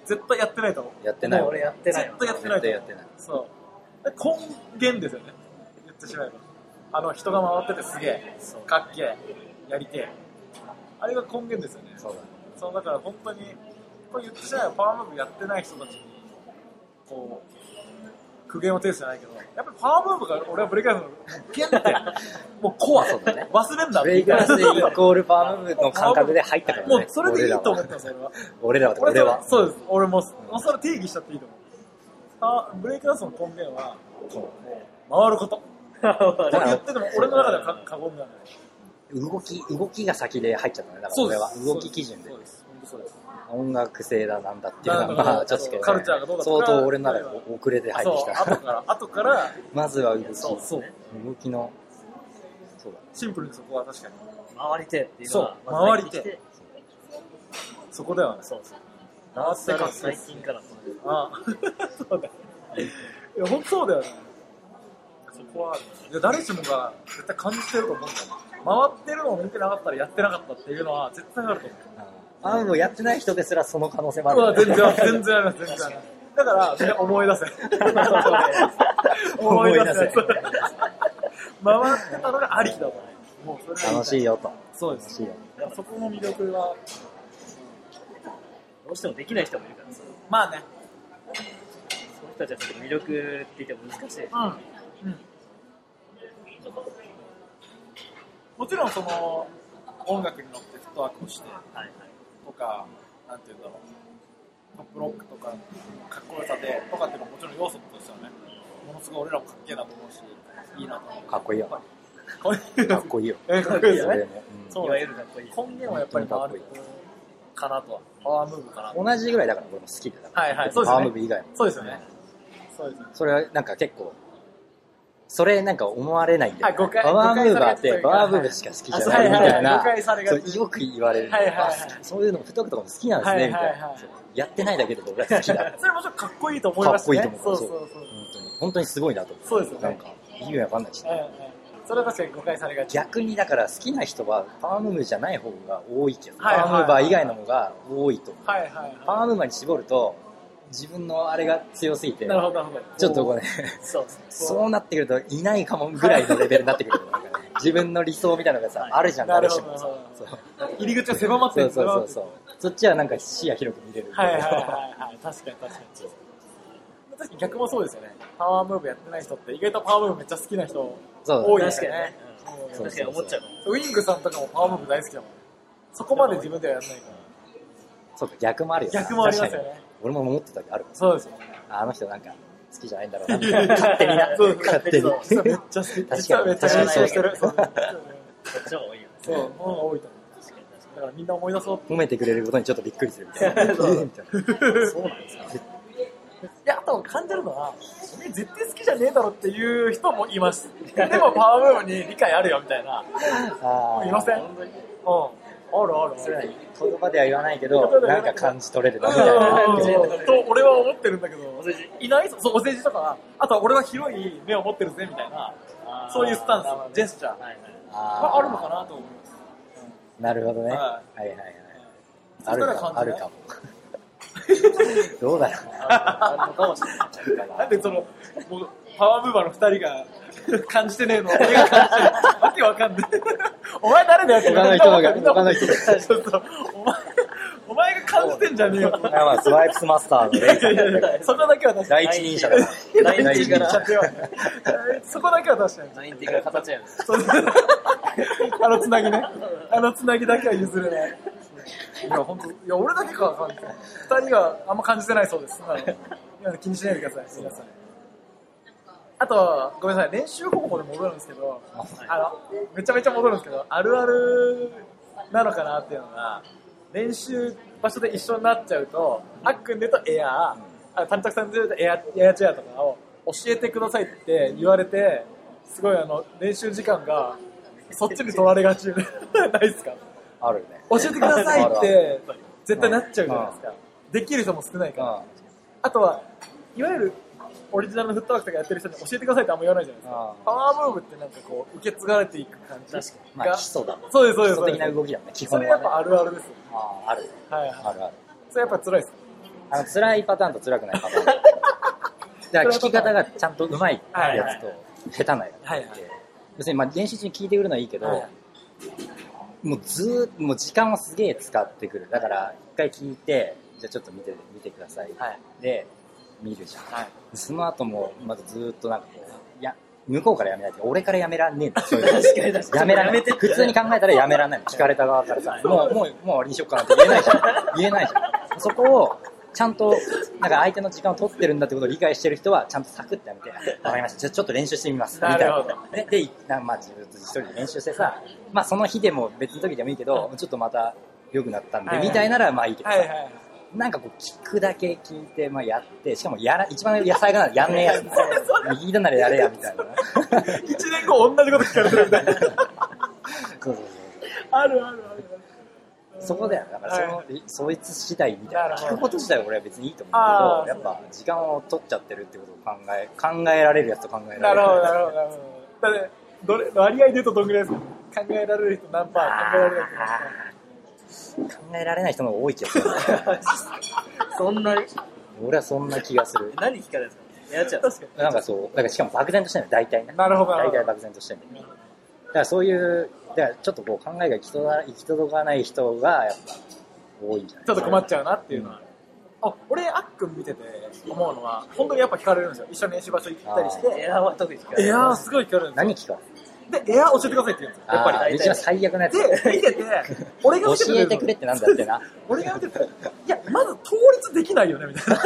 [SPEAKER 1] 絶対やってないと思う。
[SPEAKER 3] んやってない
[SPEAKER 2] もう
[SPEAKER 3] 俺
[SPEAKER 2] 俺やってないわ
[SPEAKER 1] 絶対やってない
[SPEAKER 3] 絶
[SPEAKER 1] と思
[SPEAKER 3] 対や
[SPEAKER 1] う
[SPEAKER 3] ってない。
[SPEAKER 1] そう。で根源ですよね。言ってしまえば。あの、人が回っててすげえ、かっけえ、やりてえ。あれが根源ですよね。
[SPEAKER 3] そうだね。
[SPEAKER 1] そうだから本当にこれ言ってしまえばパワームーブやってない人たちにこう苦言を呈すじゃないけどやっぱりパワームーブが俺はブレイクダンスの原 (laughs) 点もうコア
[SPEAKER 3] そうだね
[SPEAKER 1] 忘れんな
[SPEAKER 3] ブレイクダンスイ
[SPEAKER 1] も
[SPEAKER 3] コールパワームーブの感覚で入ったからね。
[SPEAKER 1] うそれでいいと思ったのそれは
[SPEAKER 3] 俺らは。俺
[SPEAKER 1] 俺
[SPEAKER 3] ら
[SPEAKER 1] は
[SPEAKER 3] は。
[SPEAKER 1] そうです俺ももうそれ定義しちゃっていいと思うあブレイクダンスの根源は回ることこれ言ってても俺の中ではか過言ではない
[SPEAKER 3] 動き、動きが先で入っちゃったね。だから
[SPEAKER 1] そうで
[SPEAKER 3] 俺は
[SPEAKER 1] す
[SPEAKER 3] 動き基準で
[SPEAKER 1] そう。です本当そうです
[SPEAKER 3] 音楽性だなんだっていうの
[SPEAKER 1] な
[SPEAKER 3] は、
[SPEAKER 1] んだ
[SPEAKER 3] まあちょっとね
[SPEAKER 1] カルチャーがどうだと
[SPEAKER 3] 相
[SPEAKER 1] か
[SPEAKER 3] 当俺なら遅れて入ってき
[SPEAKER 1] そう後
[SPEAKER 3] た。
[SPEAKER 1] から後から
[SPEAKER 3] まずは動き。
[SPEAKER 1] そうそう
[SPEAKER 3] 動きの、そうだ。
[SPEAKER 1] シンプルにそこは確かに
[SPEAKER 2] 回りてっていうのは
[SPEAKER 1] そう
[SPEAKER 2] まあ
[SPEAKER 1] 回りてそこではね
[SPEAKER 2] そうそう
[SPEAKER 1] (laughs) 回ってか
[SPEAKER 2] 最近からこれ
[SPEAKER 1] ああそうだいや本当そうだよね怖い。いや、誰しもが絶対感じてると思うんだよね。回ってるのを見てなかったらやってなかったっていうのは絶対あると思う。
[SPEAKER 3] あーもうやってない人ですらその可能性もあ
[SPEAKER 1] うわ、
[SPEAKER 3] る、
[SPEAKER 1] 全然ある、全然ある、全然ある。だから、みんな思い出せ。思い出せ。
[SPEAKER 3] 思い出
[SPEAKER 1] 回ってたのがありきだと思う。もうそれは
[SPEAKER 3] 楽しいよと。
[SPEAKER 1] そうで
[SPEAKER 3] 楽
[SPEAKER 1] す。
[SPEAKER 3] しいよ。
[SPEAKER 1] だからそこも魅力は、
[SPEAKER 2] どうしてもできない人もいるからさ、
[SPEAKER 1] まあね、
[SPEAKER 2] その人たちはちょっと魅力って言っても難しい。
[SPEAKER 1] うん。うん。もちろんその、音楽に乗ってフットワークをして、
[SPEAKER 2] はいはい。
[SPEAKER 1] とか、なんていうんだろう、トップロックとか、かっこよさで、とかっていうのももちろん要素としてはね、ものすごい俺らもかっけえなと思うし、いいなと思う。
[SPEAKER 3] かっこいいよ。
[SPEAKER 1] かっこいい
[SPEAKER 3] かっこいいよ。
[SPEAKER 1] えかっこいい
[SPEAKER 3] そ
[SPEAKER 1] よ
[SPEAKER 3] れ
[SPEAKER 1] ね。
[SPEAKER 3] も、
[SPEAKER 1] そう
[SPEAKER 2] いわゆるかっこいい。
[SPEAKER 1] 根源はやっぱり回るかなとは、パワームーブかな
[SPEAKER 3] う
[SPEAKER 1] と。
[SPEAKER 3] ん同じぐらいだから俺も好きで。だから
[SPEAKER 1] はいはい、そうです
[SPEAKER 3] パワーム
[SPEAKER 1] よ
[SPEAKER 3] ーブ
[SPEAKER 1] ね。
[SPEAKER 3] 以外も。
[SPEAKER 1] そうですよね。そうですよね。
[SPEAKER 3] それはなんか結構、それなんか思われないんだよ、
[SPEAKER 1] はい誤解
[SPEAKER 3] パワームーバーっ
[SPEAKER 1] 誤解さ
[SPEAKER 3] て
[SPEAKER 1] れがちというか
[SPEAKER 3] パワームーブしか好きじゃ
[SPEAKER 1] あ
[SPEAKER 3] ないみた
[SPEAKER 1] はい
[SPEAKER 3] い
[SPEAKER 1] はいはい
[SPEAKER 3] な
[SPEAKER 1] 誤解され、がち
[SPEAKER 3] そうよく言われる、
[SPEAKER 1] はいはいはい
[SPEAKER 3] あ好きそういうのも太くとかも好きなんですね、みた
[SPEAKER 1] は
[SPEAKER 3] いな、
[SPEAKER 1] いはいはい
[SPEAKER 3] そうやってないだけで俺は好きだ。
[SPEAKER 1] それもちろんかっこいいと思いますね。
[SPEAKER 3] かっこいいと思う
[SPEAKER 1] そうそうそう。
[SPEAKER 3] 本当に本当にすごいなと思う。
[SPEAKER 1] そうですよね
[SPEAKER 3] なんか、意味わかんないし。
[SPEAKER 1] うんうんそれは確かに誤解されがち。
[SPEAKER 3] 逆にだから好きな人はパワームーブじゃない方が多いけど、
[SPEAKER 1] はいはいはい
[SPEAKER 3] パワームーバー以外の方が多いと思う。
[SPEAKER 1] はいはいはい。
[SPEAKER 3] パワームーバーに絞ると、自分のあれが強すぎて
[SPEAKER 1] な、るほど、なるほど。
[SPEAKER 3] ちょっとこれ、
[SPEAKER 2] そうですね。
[SPEAKER 3] そうなってくるといないかもぐらいのレベルになってくるよね。なんかね自分の理想みたいなのがさ、あるじゃん、
[SPEAKER 1] な
[SPEAKER 3] 誰
[SPEAKER 1] る
[SPEAKER 3] し
[SPEAKER 1] ほど
[SPEAKER 3] もさ。そう
[SPEAKER 1] 入り口は狭まって
[SPEAKER 3] そ
[SPEAKER 1] る
[SPEAKER 3] うそうそうそう。そっちはなんか視野広く見れるんだけ
[SPEAKER 1] はい
[SPEAKER 3] ど。
[SPEAKER 1] はいはいはい。確かに確かに。確かに逆もそうですよね。パワームーブやってない人って、意外とパワームーブめっちゃ好きな人
[SPEAKER 3] そう
[SPEAKER 1] 多いで
[SPEAKER 2] 確
[SPEAKER 1] す
[SPEAKER 2] か
[SPEAKER 1] よ
[SPEAKER 2] にね
[SPEAKER 1] ね。。
[SPEAKER 2] うん
[SPEAKER 3] そう
[SPEAKER 2] 確かに思っちゃうかも。
[SPEAKER 1] ウィングさんとかもパワームーブ大好きだもん。そこまで自分ではやらないから。
[SPEAKER 3] そうか、逆もあるよな
[SPEAKER 1] 逆もありますよね
[SPEAKER 3] 確かに俺も思ってた時あるわ
[SPEAKER 1] そうですよ。
[SPEAKER 3] あの人なんか好きじゃないんだろうなみたいな。勝手にな。
[SPEAKER 1] (laughs) そう
[SPEAKER 3] 勝手に。
[SPEAKER 1] 実はめっちゃ好き。実はめっちゃ緊張してる。そう
[SPEAKER 3] 確かに
[SPEAKER 2] こっちの方が多いよね。
[SPEAKER 1] そう、ものが多いと思
[SPEAKER 2] 確かに確
[SPEAKER 1] う。だからみんな思い出そう。
[SPEAKER 3] (laughs) 褒めてくれることにちょっとびっくりするみたいな。えーみたいな。そうなんですか
[SPEAKER 1] いや、あと感じるのは、お前絶対好きじゃねえだろっていう人もいます。でもパワームーブに理解あるよみたいな。
[SPEAKER 3] あー
[SPEAKER 1] いません。うん。あるある。
[SPEAKER 3] それは言葉では言わないけど、
[SPEAKER 1] 言葉では言わな
[SPEAKER 3] ないんか感じ取れるなみたいな。
[SPEAKER 1] と俺は思ってるんだけど
[SPEAKER 2] お世辞、
[SPEAKER 1] いないそう、お世辞とか、あとは俺は広い目を持ってるぜみたいな、
[SPEAKER 2] かに。
[SPEAKER 1] そういうスタンス、ジェスチャー
[SPEAKER 2] はいはい。
[SPEAKER 1] があるのかなと思います。
[SPEAKER 3] なるほどね。
[SPEAKER 1] は
[SPEAKER 3] はいはいはい。
[SPEAKER 1] そ
[SPEAKER 3] あ
[SPEAKER 1] し
[SPEAKER 3] る
[SPEAKER 1] た
[SPEAKER 3] からも。あるか
[SPEAKER 1] 感
[SPEAKER 3] も。
[SPEAKER 1] (laughs)
[SPEAKER 3] どうだろう
[SPEAKER 2] あ
[SPEAKER 3] な。
[SPEAKER 2] るのかもしれない。
[SPEAKER 3] あるか
[SPEAKER 1] じない
[SPEAKER 3] な
[SPEAKER 1] なんでその、もうパワームーバーの二人が感じて
[SPEAKER 3] (laughs)
[SPEAKER 1] ねえのを俺が感じてる。わけわかんない。 (laughs) お前誰だよって
[SPEAKER 3] 他の人の
[SPEAKER 1] みん (laughs) な
[SPEAKER 3] が、他の人の
[SPEAKER 1] そうそうお前、お前が感じてんじゃねえよ。
[SPEAKER 3] いやまあスワイプスマスターのレイさんだった
[SPEAKER 1] そこだけ
[SPEAKER 3] けど
[SPEAKER 1] は確か
[SPEAKER 3] 第一人者だな。
[SPEAKER 1] に。
[SPEAKER 2] 第
[SPEAKER 3] 一人者
[SPEAKER 1] (laughs)
[SPEAKER 2] (laughs)
[SPEAKER 1] そこだけは確かに。
[SPEAKER 2] ナインティが形やね。
[SPEAKER 1] そう (laughs) あのつなぎね。あのつなぎだけは譲れない。いや、本当いや、俺だけかわかんない。二人はあんま感じてないそうです。なのでいや気にしないでください。皆さん。あと、ごめんなさい、練習方法で戻るんですけど、あの、めちゃめちゃ戻るんですけど、あるあるなのかなっていうのが、練習場所で一緒になっちゃうと、あっくんで言うとエアー、あ谷拓さんで言うとエアエアチェアとかを教えてくださいって言われて、すごいあの、練習時間が、そっちに取られがち (laughs) ないですか
[SPEAKER 3] あるね。
[SPEAKER 1] 教えてくださいっ
[SPEAKER 3] ある
[SPEAKER 1] て、絶対なっちゃうじゃないですか。できる人も少ないから。
[SPEAKER 3] あ
[SPEAKER 1] あとは、いわゆるオリジナルのフットワークとかやってる人に教えてくださいってあんま言わないじゃないです
[SPEAKER 3] あ
[SPEAKER 1] か。パワームーブってなんかこう、受け継がれていく感じ。
[SPEAKER 2] 確か
[SPEAKER 3] あまあ基礎だもん。
[SPEAKER 1] そうです、そう
[SPEAKER 3] 基
[SPEAKER 1] です。
[SPEAKER 3] 礎的な
[SPEAKER 1] そう
[SPEAKER 3] 動きだもんね、基
[SPEAKER 1] ですそ
[SPEAKER 3] 本
[SPEAKER 1] れや
[SPEAKER 3] は
[SPEAKER 1] っ
[SPEAKER 3] ね。
[SPEAKER 1] ぱあるあるですよ。
[SPEAKER 3] ああ、ある。
[SPEAKER 1] はいはい。
[SPEAKER 3] あるある。
[SPEAKER 1] それやっぱ辛いです。
[SPEAKER 3] あの、辛いパターンと辛くないパ
[SPEAKER 1] (laughs)
[SPEAKER 3] ターン。だから聞き方がちゃんと上手いやつと、下手なやつ。
[SPEAKER 1] はいはい。
[SPEAKER 3] 要するに、まあ練習中に聞いてくるのはいいけど、
[SPEAKER 1] はい
[SPEAKER 3] もうずーもう時間をすげえ使ってくる。だから、一回聞いて、じゃあちょっと見て、見てください。
[SPEAKER 1] はい
[SPEAKER 3] で、見るじゃん。
[SPEAKER 1] はい。
[SPEAKER 3] その後も、まずずーっとなんかこう、いや、向こうからやめないって、俺からやめらんね
[SPEAKER 1] (laughs)
[SPEAKER 3] えんだ。そういうの
[SPEAKER 2] 確かに確かに
[SPEAKER 3] やめらんない。普通に考えたらやめらんないの。聞かれた側からさ、もう、もう、もう終わりにしよっかなって言えないじゃん。
[SPEAKER 1] (laughs)
[SPEAKER 3] 言えないじゃん。そこを、ちゃんと、なんか相手の時間を取ってるんだってことを理解してる人は、ちゃんとサクってやめて、わかりました。ちょちょっと練習してみます。みたい
[SPEAKER 1] なるほ
[SPEAKER 3] な。で、で、なまあ自分一人で練習してさ、まあその日でも別の時でもいいけど、ちょっとまた良くなったん
[SPEAKER 1] は
[SPEAKER 3] で、
[SPEAKER 1] いはい
[SPEAKER 3] みたいならまあいいけど
[SPEAKER 1] はいは
[SPEAKER 3] さ
[SPEAKER 1] い。はい。
[SPEAKER 3] なんかこう聞くだけ聞いて、まあ、やって、しかもやら、一番野菜がないやんねえやつ。右だならやれや、みた
[SPEAKER 1] (laughs)
[SPEAKER 3] いな。
[SPEAKER 1] 一年後同じこと聞かれてるみたいな。
[SPEAKER 3] そうそうそう。
[SPEAKER 1] あるあるある。
[SPEAKER 3] そこだよ、だからその、
[SPEAKER 1] は
[SPEAKER 3] そいつ次第みたい
[SPEAKER 1] なる
[SPEAKER 3] な、
[SPEAKER 1] ほ
[SPEAKER 3] 聞
[SPEAKER 1] ど
[SPEAKER 3] くこと自体は俺は別にいいと思
[SPEAKER 1] あ
[SPEAKER 3] う
[SPEAKER 1] ー
[SPEAKER 3] けど、やっぱ時間を取っちゃってるってことを考え、考えられるやつと考えられる
[SPEAKER 1] なるほど、な
[SPEAKER 3] や
[SPEAKER 1] るほど、なるほど。だって、どれ、割合で言うとどんぐらいですか考えられる人何パー、考えられない人何
[SPEAKER 3] つ考えられない人の方が多い気がする。
[SPEAKER 2] そんなに
[SPEAKER 3] 俺はそんな気がする。
[SPEAKER 2] 何聞かれるんですかやっちゃう。
[SPEAKER 1] 確か
[SPEAKER 3] なんかそう、だからしかも漠然としてるの、大体ね
[SPEAKER 1] に。。なるほど、なる
[SPEAKER 3] 大
[SPEAKER 1] ほ
[SPEAKER 3] 体
[SPEAKER 1] ど。
[SPEAKER 3] 漠然としてるんだよだからそういう、だからちょっとこう考えが行き届か行き届かない人が、やっぱ、多いんじゃない
[SPEAKER 1] ちょっと困っちゃうなっていうのは。あ、俺、あっくん見てて思うのは、本当にやっぱ惹かれるんですよ。一緒に練習場所行ったりし
[SPEAKER 2] エ
[SPEAKER 1] て。
[SPEAKER 2] アーは特に聞かれる。
[SPEAKER 1] エアーすごい惹かれるんです
[SPEAKER 3] 何聞か
[SPEAKER 1] よ。で、エアー教えてくださいって言うんですよ。やっぱり。
[SPEAKER 3] あー一番最悪なやつ。
[SPEAKER 1] で、見てて、俺が見て
[SPEAKER 3] 教えてくれってなんだってな。
[SPEAKER 1] 俺が見てて、いや、まず倒立できないよね、みたいな。え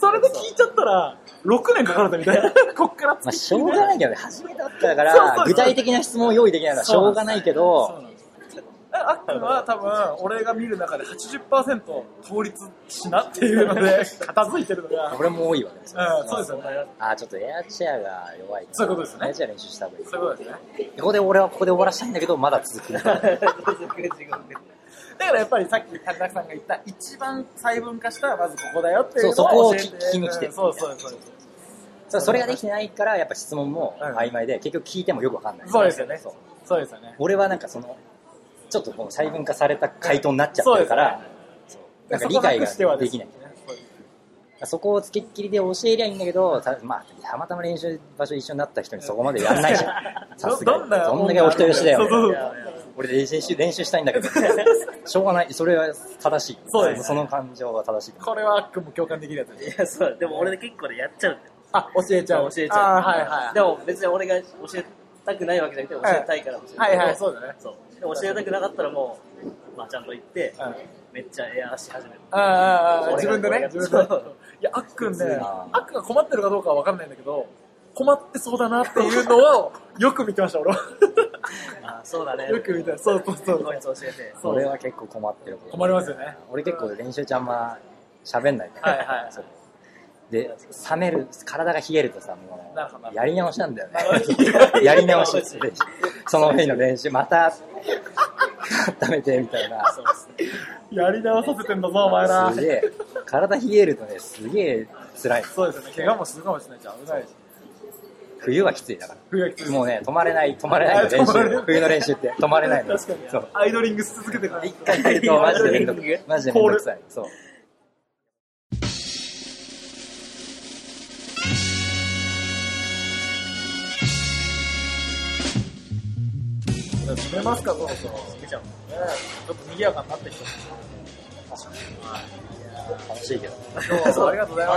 [SPEAKER 1] それで聞いちゃったら、6年かかるぜ、みたいな。
[SPEAKER 3] (laughs)
[SPEAKER 1] こっから
[SPEAKER 3] まあ、し
[SPEAKER 1] き
[SPEAKER 3] ょう
[SPEAKER 1] み
[SPEAKER 3] が
[SPEAKER 1] たい
[SPEAKER 3] ないけどね、初めてだったか
[SPEAKER 1] そうそう
[SPEAKER 3] ら
[SPEAKER 1] そ、う
[SPEAKER 3] 具体的な質問を用意できないのはしょうがない
[SPEAKER 1] そ
[SPEAKER 3] け
[SPEAKER 1] う
[SPEAKER 3] ど、
[SPEAKER 1] なんですよあっくんは多分、俺が見る中で80%倒立しなっていうので、片付いてるのが、
[SPEAKER 3] 俺も多いわけですよ。
[SPEAKER 1] うん、そうですよね。
[SPEAKER 3] あー、ちょっとエアチェアが弱いから。
[SPEAKER 1] そういうことですよね
[SPEAKER 3] エアチェア練習した方がいい。
[SPEAKER 1] そういうことですね。
[SPEAKER 3] ここで俺はここで終わらしたいんだけど、まだ続く。
[SPEAKER 1] (laughs) だからやっぱりさっき、田中さんが言った、一番細分化したらまずここだよっていうの
[SPEAKER 3] そうそこを
[SPEAKER 1] 教えて
[SPEAKER 3] 聞聞きに来てる
[SPEAKER 1] うんそうそうそう。
[SPEAKER 3] そうそれができてないから、やっぱ質問も曖昧で、結局聞いてもよくわかんない。
[SPEAKER 1] そうですよね
[SPEAKER 3] そう。
[SPEAKER 1] そうですよね。
[SPEAKER 3] 俺はなんかその、ちょっとこの細分化された回答になっちゃってるから、そうなんか理解ができない。そこをつけっきりで教えりゃいいんだけど、たまあ、たまたま練習場所一緒になった人にそこまでやんない
[SPEAKER 1] (laughs)
[SPEAKER 3] じゃん。さすが
[SPEAKER 1] ど
[SPEAKER 3] に。
[SPEAKER 1] んな
[SPEAKER 3] どんだけお人よしだ
[SPEAKER 1] そうそう
[SPEAKER 3] よ
[SPEAKER 1] そ。う
[SPEAKER 3] 俺練習練習したいん
[SPEAKER 1] (laughs)
[SPEAKER 3] だけど、しょうがない。それは正しい。
[SPEAKER 1] そうです
[SPEAKER 3] その感情は正しい。
[SPEAKER 1] これはあっくんも共感できるやつです
[SPEAKER 2] い
[SPEAKER 3] (laughs)
[SPEAKER 2] や、そう。でも俺結構ね、やっちゃうんだよ。
[SPEAKER 1] あ、教えちゃう。
[SPEAKER 2] 教えちゃう。
[SPEAKER 1] あーはいはい。
[SPEAKER 2] でも別に俺が教えたくないわけじゃなくて、教えたいから教えて
[SPEAKER 1] はいはい、そうだね。
[SPEAKER 2] そう。でも教えたくなかったらもう、まあちゃんと言って、
[SPEAKER 1] うん
[SPEAKER 2] めっちゃエアー
[SPEAKER 1] (laughs)
[SPEAKER 2] し始める。
[SPEAKER 1] ああああ、
[SPEAKER 2] 俺が
[SPEAKER 1] 自分でね、
[SPEAKER 2] 俺が
[SPEAKER 1] 自分で
[SPEAKER 2] そう。
[SPEAKER 1] (laughs) いや、あっくんね
[SPEAKER 3] 普通、な
[SPEAKER 1] あっくんが困ってるかどうかは分かんないんだけど、困ってそうだなっていうのを、よく見てました、俺は。 (laughs)
[SPEAKER 2] あそうだね。
[SPEAKER 1] よく見てました。そうそうそ
[SPEAKER 2] こ
[SPEAKER 1] う。
[SPEAKER 2] いつ教えて。
[SPEAKER 1] そう
[SPEAKER 3] 俺は結構困ってること。
[SPEAKER 1] 困りますよね。
[SPEAKER 3] 俺結構練習中あんま喋んないから。
[SPEAKER 1] はいはい
[SPEAKER 3] そうで、冷める、体が冷えるとさ、も
[SPEAKER 1] なるほど
[SPEAKER 3] う、やり直しなん
[SPEAKER 1] (laughs)
[SPEAKER 3] だよね
[SPEAKER 2] なるほ。ど
[SPEAKER 3] やり直しで、その日の練習、また、温めてみたいな。
[SPEAKER 2] そうですね。
[SPEAKER 1] やり直させてんだぞ、お前ら
[SPEAKER 3] す。げえ、体冷えるとね、すげえ辛い。
[SPEAKER 1] そうですよね。怪我もするかもしれないじゃん。危ないし。
[SPEAKER 3] 冬はきついだか
[SPEAKER 1] 冬がきついで
[SPEAKER 3] ら。
[SPEAKER 1] す
[SPEAKER 3] もうね、止まれない、止まれないの練
[SPEAKER 1] (laughs) あ止まれな
[SPEAKER 3] 習
[SPEAKER 1] い。
[SPEAKER 3] 冬の練習って止まれないの。
[SPEAKER 1] (laughs) 確かに
[SPEAKER 3] そう。。
[SPEAKER 1] アイドリングし続けてから。
[SPEAKER 3] 一回や
[SPEAKER 1] (laughs)
[SPEAKER 3] るとマジでめんどく
[SPEAKER 2] リング
[SPEAKER 3] マジでめんどくさい。そう。
[SPEAKER 1] 決めますか、そろそろ。見ちゃう。ねちょっと賑やかになってきた。
[SPEAKER 3] 楽しいけど。
[SPEAKER 1] 今日はありがとうございま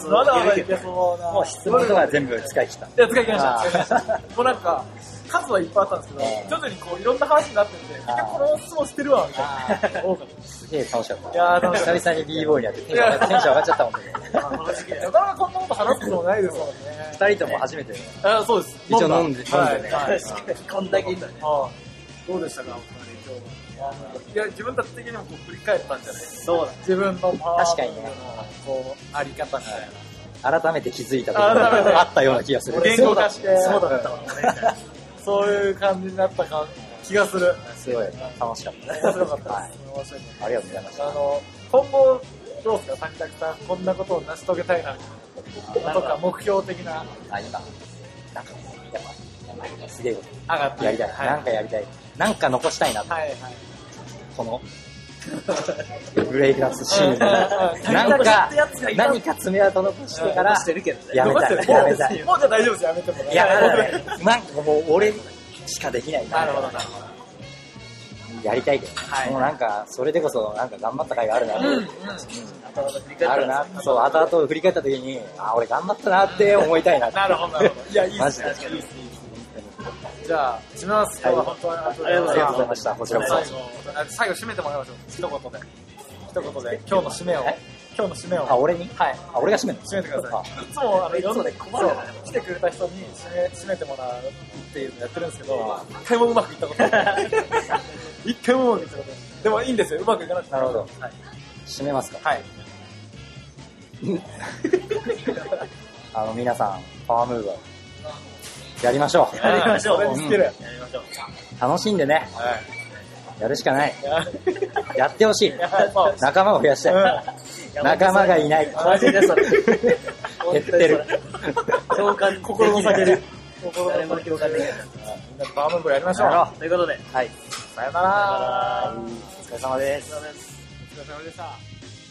[SPEAKER 1] す。ま
[SPEAKER 2] ま
[SPEAKER 1] だ
[SPEAKER 2] だ
[SPEAKER 1] ま
[SPEAKER 2] ま
[SPEAKER 1] だ
[SPEAKER 2] だ
[SPEAKER 1] い
[SPEAKER 2] い
[SPEAKER 1] け
[SPEAKER 2] け
[SPEAKER 1] そうな。
[SPEAKER 3] もう質問とか全部使い切った。
[SPEAKER 1] いや、使い切りました。
[SPEAKER 3] あ
[SPEAKER 1] 使
[SPEAKER 3] ー
[SPEAKER 1] い切りましたもうなんか、数はいっぱいあったんですけど、徐々にこう、いろんな話になってるんで、結局この質問してるわ、みたいな。多かっ
[SPEAKER 3] すげえ楽しかった。
[SPEAKER 1] いやー楽しかった
[SPEAKER 3] 久々に b ボーイにやってテンション上がテンション上がっちゃったもんね。
[SPEAKER 1] た。なかなかこんなこと話すこともないですもんね。
[SPEAKER 3] 二人とも初めて。
[SPEAKER 1] あそうです。
[SPEAKER 3] 一応飲んで
[SPEAKER 1] だはい
[SPEAKER 3] 飲んでね
[SPEAKER 1] はい
[SPEAKER 2] 確かにこんだけいいんだね。
[SPEAKER 1] あーどうでしたか、お二人今日は。いや、自分たち的にもこう、振り返ったんじゃないですか。
[SPEAKER 2] そうだ。
[SPEAKER 1] 自分のパワ
[SPEAKER 3] 確
[SPEAKER 1] ー
[SPEAKER 3] か
[SPEAKER 1] ム
[SPEAKER 3] にね
[SPEAKER 1] の、こう、あり方みたいな。
[SPEAKER 3] 改めて気づいたこと
[SPEAKER 1] 改めて
[SPEAKER 3] があったような気がする。
[SPEAKER 1] 言語化して、
[SPEAKER 2] そうだったわ。
[SPEAKER 1] そういう感じになったか気がする。
[SPEAKER 3] すごい楽しかったね。
[SPEAKER 1] 面白かった
[SPEAKER 3] は
[SPEAKER 1] で
[SPEAKER 3] い
[SPEAKER 1] す。面白い
[SPEAKER 3] ありがとうございました。
[SPEAKER 1] あの、今後、どうですか、タクタクさん、こんなことを成し遂げたいな、とか、目標的な、
[SPEAKER 3] あ、今、なんかもう、やっぱ、やっぱすげえこ
[SPEAKER 1] 上がっ
[SPEAKER 3] と
[SPEAKER 1] て
[SPEAKER 3] やりたい。
[SPEAKER 1] は
[SPEAKER 3] なんかやりたい。なんか残したいな、
[SPEAKER 1] はいはい。
[SPEAKER 3] この、ブレイクダンスシーンに。
[SPEAKER 1] うん
[SPEAKER 3] なんか
[SPEAKER 1] うんやつが、いた
[SPEAKER 3] 何か爪痕残してから、
[SPEAKER 2] してるけどね。
[SPEAKER 3] やめたい
[SPEAKER 1] 残してる
[SPEAKER 3] やめたい
[SPEAKER 1] もうもうじゃあ大丈夫です、やめてもね。
[SPEAKER 3] いや、なんかねなんかもう俺しかできない
[SPEAKER 1] なるほど、なるほ
[SPEAKER 3] やりたいけどね、
[SPEAKER 1] はい
[SPEAKER 3] もうなんか、それでこそ、なんか頑張った甲斐があるな、
[SPEAKER 1] ど。うん、うん。
[SPEAKER 2] 後々振り返った
[SPEAKER 3] あ
[SPEAKER 2] ら
[SPEAKER 3] るな、そう、後々振り返った時に、あ、俺頑張ったなって思いたいなっ
[SPEAKER 1] (laughs) (laughs)
[SPEAKER 3] て。
[SPEAKER 1] なるほど、なるほど。いや、いいっ
[SPEAKER 3] マ
[SPEAKER 1] す
[SPEAKER 3] ジ
[SPEAKER 1] ね
[SPEAKER 3] で。
[SPEAKER 1] いいっすねいいっすねじゃあ、締めます。今日は本当に
[SPEAKER 2] ありがと
[SPEAKER 3] ありがとうございました、こちらこそ
[SPEAKER 1] 最。後、最後締めてもらいましょう。一言で。一言で、今日の締めを
[SPEAKER 3] え、
[SPEAKER 1] 今日の締めを。
[SPEAKER 3] あ、俺にはい。あ、俺が締めるの
[SPEAKER 1] 締めてください。いつも、あの、いろんな、そう来てくれた人に締め、締めてもらうっていうのやってるんですけど、一回もうまくいったこと
[SPEAKER 3] (laughs)
[SPEAKER 1] ない。一回もうまくいったことない。でもいいんですよ、うまくいかなくて。
[SPEAKER 3] なるほど
[SPEAKER 1] はい。
[SPEAKER 3] 締めますか。
[SPEAKER 1] はい。
[SPEAKER 3] あの、皆さん、パワームーブをやりましょ
[SPEAKER 2] やりましょう。
[SPEAKER 1] それに尽きる。
[SPEAKER 2] やりましょう。
[SPEAKER 3] う。楽しんでね。
[SPEAKER 1] はい。
[SPEAKER 3] やるしかない。
[SPEAKER 1] や
[SPEAKER 3] やってほしい。
[SPEAKER 1] やそう
[SPEAKER 3] 仲間を増やしたい。仲間がいない。
[SPEAKER 2] マジでそれ。
[SPEAKER 3] 減ってる。
[SPEAKER 2] 共感、
[SPEAKER 1] 心の叫び。心の
[SPEAKER 2] 誰も
[SPEAKER 1] 叫
[SPEAKER 2] 共感できない。
[SPEAKER 1] びみんなでパワームーブやりましょう
[SPEAKER 3] やろ
[SPEAKER 2] ということで、
[SPEAKER 3] はい。
[SPEAKER 1] さよなら
[SPEAKER 3] お疲れ様です。
[SPEAKER 2] お疲れ様です。
[SPEAKER 1] お疲れ様でした